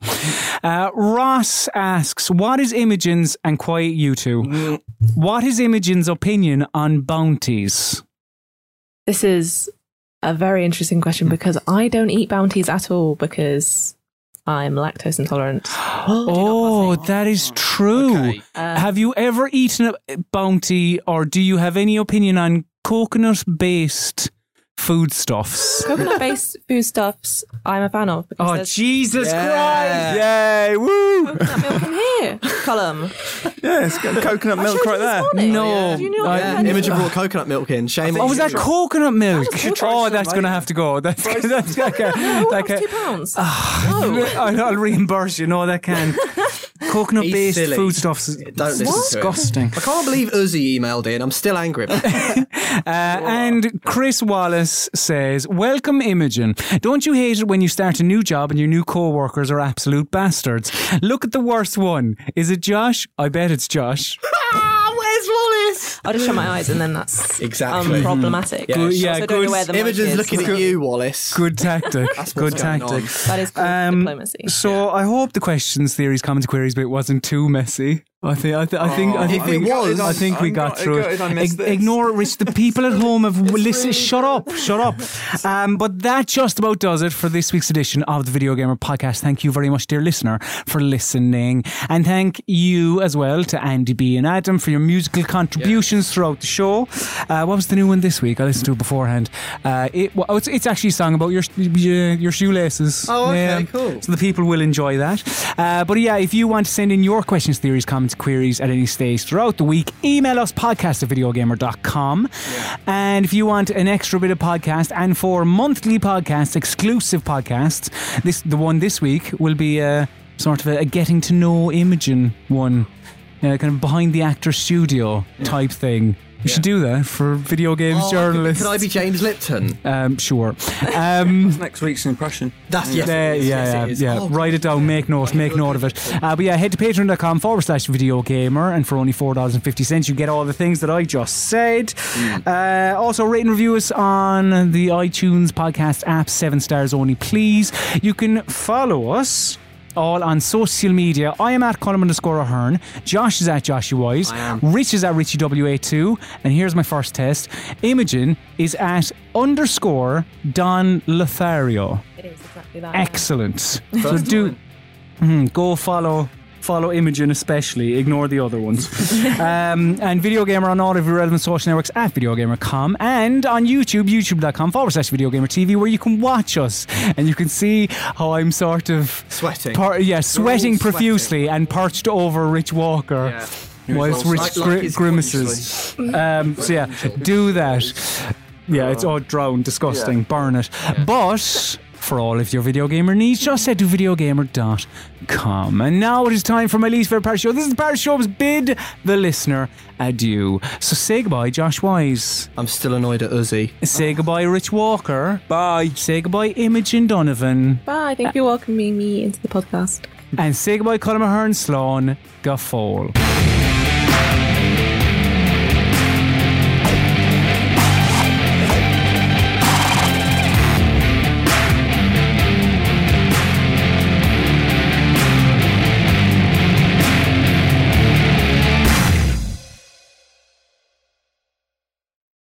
Uh, Ross asks, what is Imogen's, and quiet you two, what is Imogen's opinion on bounties? This is a very interesting question because I don't eat bounties at all because I'm lactose intolerant. (gasps) Oh, that is true. Uh, Have you ever eaten a bounty, or do you have any opinion on coconut-based foodstuffs? coconut-based foodstuffs, I'm a fan of. Because Oh, there's Jesus Christ! Yay! Woo! coconut milk in here. Column. Yeah, it's got coconut milk right there. No, Do you know I- what kind of- Imogen (laughs) brought coconut milk in. Shame. Oh, was that coconut milk? That was coconut Oh, milk. that's going to have to go. That's, that's like a, (laughs) Oh, like that's a, two pounds. I'll I'll reimburse you. No, (laughs) that can. Coconut based He's silly. foodstuffs. is Don't listen to him. disgusting. I can't believe Uzi emailed in. I'm still angry. About it. Uh, and Chris Wallace says, Welcome, Imogen. Don't you hate it when you start a new job and your new co workers are absolute bastards? Look at the worst one. Is it Josh? I bet it's Josh. I'll just shut my eyes and then that's Exactly. um, problematic. Yeah, I yeah, also don't good. know where the mic Imogen's is. looking at you, Wallace. (laughs) Good tactic. Good what's going on. tactic. That is called Um, diplomacy. So I hope the questions, theories, comments, queries bit wasn't too messy. I think I, th- I think I think If it we was, I think we I'm got not- through I it. got it, I missed Ig- this. Ignore it, Rich. The people at home have listened. Shut up, shut up. Um, but that just about does it for this week's edition of the Video Gamer Podcast. Thank you very much, dear listener, for listening, and thank you as well to Andy B and Adam for your musical contributions throughout the show. Uh, what was the new one this week? I listened to it beforehand. Uh, it, well, it's, it's actually a song about your your, your shoelaces. Oh, okay, cool. So the people will enjoy that. Uh, but yeah, if you want to send in your questions, theories, comments, queries at any stage throughout the week, email us podcast at videogamer.com. And if you want an extra bit of podcast and for monthly podcasts, exclusive podcasts, this the one this week will be uh sort of a, a getting to know Imogen one, uh, kind of behind the actor studio type thing. We should do that for video games Oh, journalists. Could I be James Lipton? um, sure. Um, Next week's impression. That's yes. there, it is, yeah, yes, yeah, it is. yeah. Oh, Write it down, make note, make note of it. Uh, but yeah, head to patreon.com forward slash video gamer, and for only $4.50, you get all the things that I just said. Mm. Uh, also, rate and review us on the iTunes podcast app, seven stars only, please. You can follow us. All on social media. I am at Colin underscore Ahern. Josh is at Joshy Wise. Rich is at Richie WA2. And here's my first test. Imogen is at underscore Don Lothario. it is exactly that. Excellent. So do Mhm, go follow follow Imogen especially. Ignore the other ones. um, and Video Gamer on all of your relevant social networks at VideoGamer.com and on YouTube, YouTube.com forward slash VideoGamer TV, where you can watch us and you can see how I'm sort of Sweating. par- yeah, sweating sweating. profusely and parched over Rich Walker. Whilst all Rich sweat. gri- Like his grimaces. Um, so yeah, do that. Yeah, it's all drowned, disgusting, burn it. But for all of your video gamer needs, just head to videogamer.com. And now it is time for my least favorite part of the show. This is the part of the show that's bid the listener adieu. So say goodbye, Josh Wise. I'm still annoyed at Uzi. Say goodbye, Rich Walker. Bye. Say goodbye, Imogen Donovan. Bye. Thank you for welcoming me into the podcast. And say goodbye, Colin Mahern Sloan. Gaffall.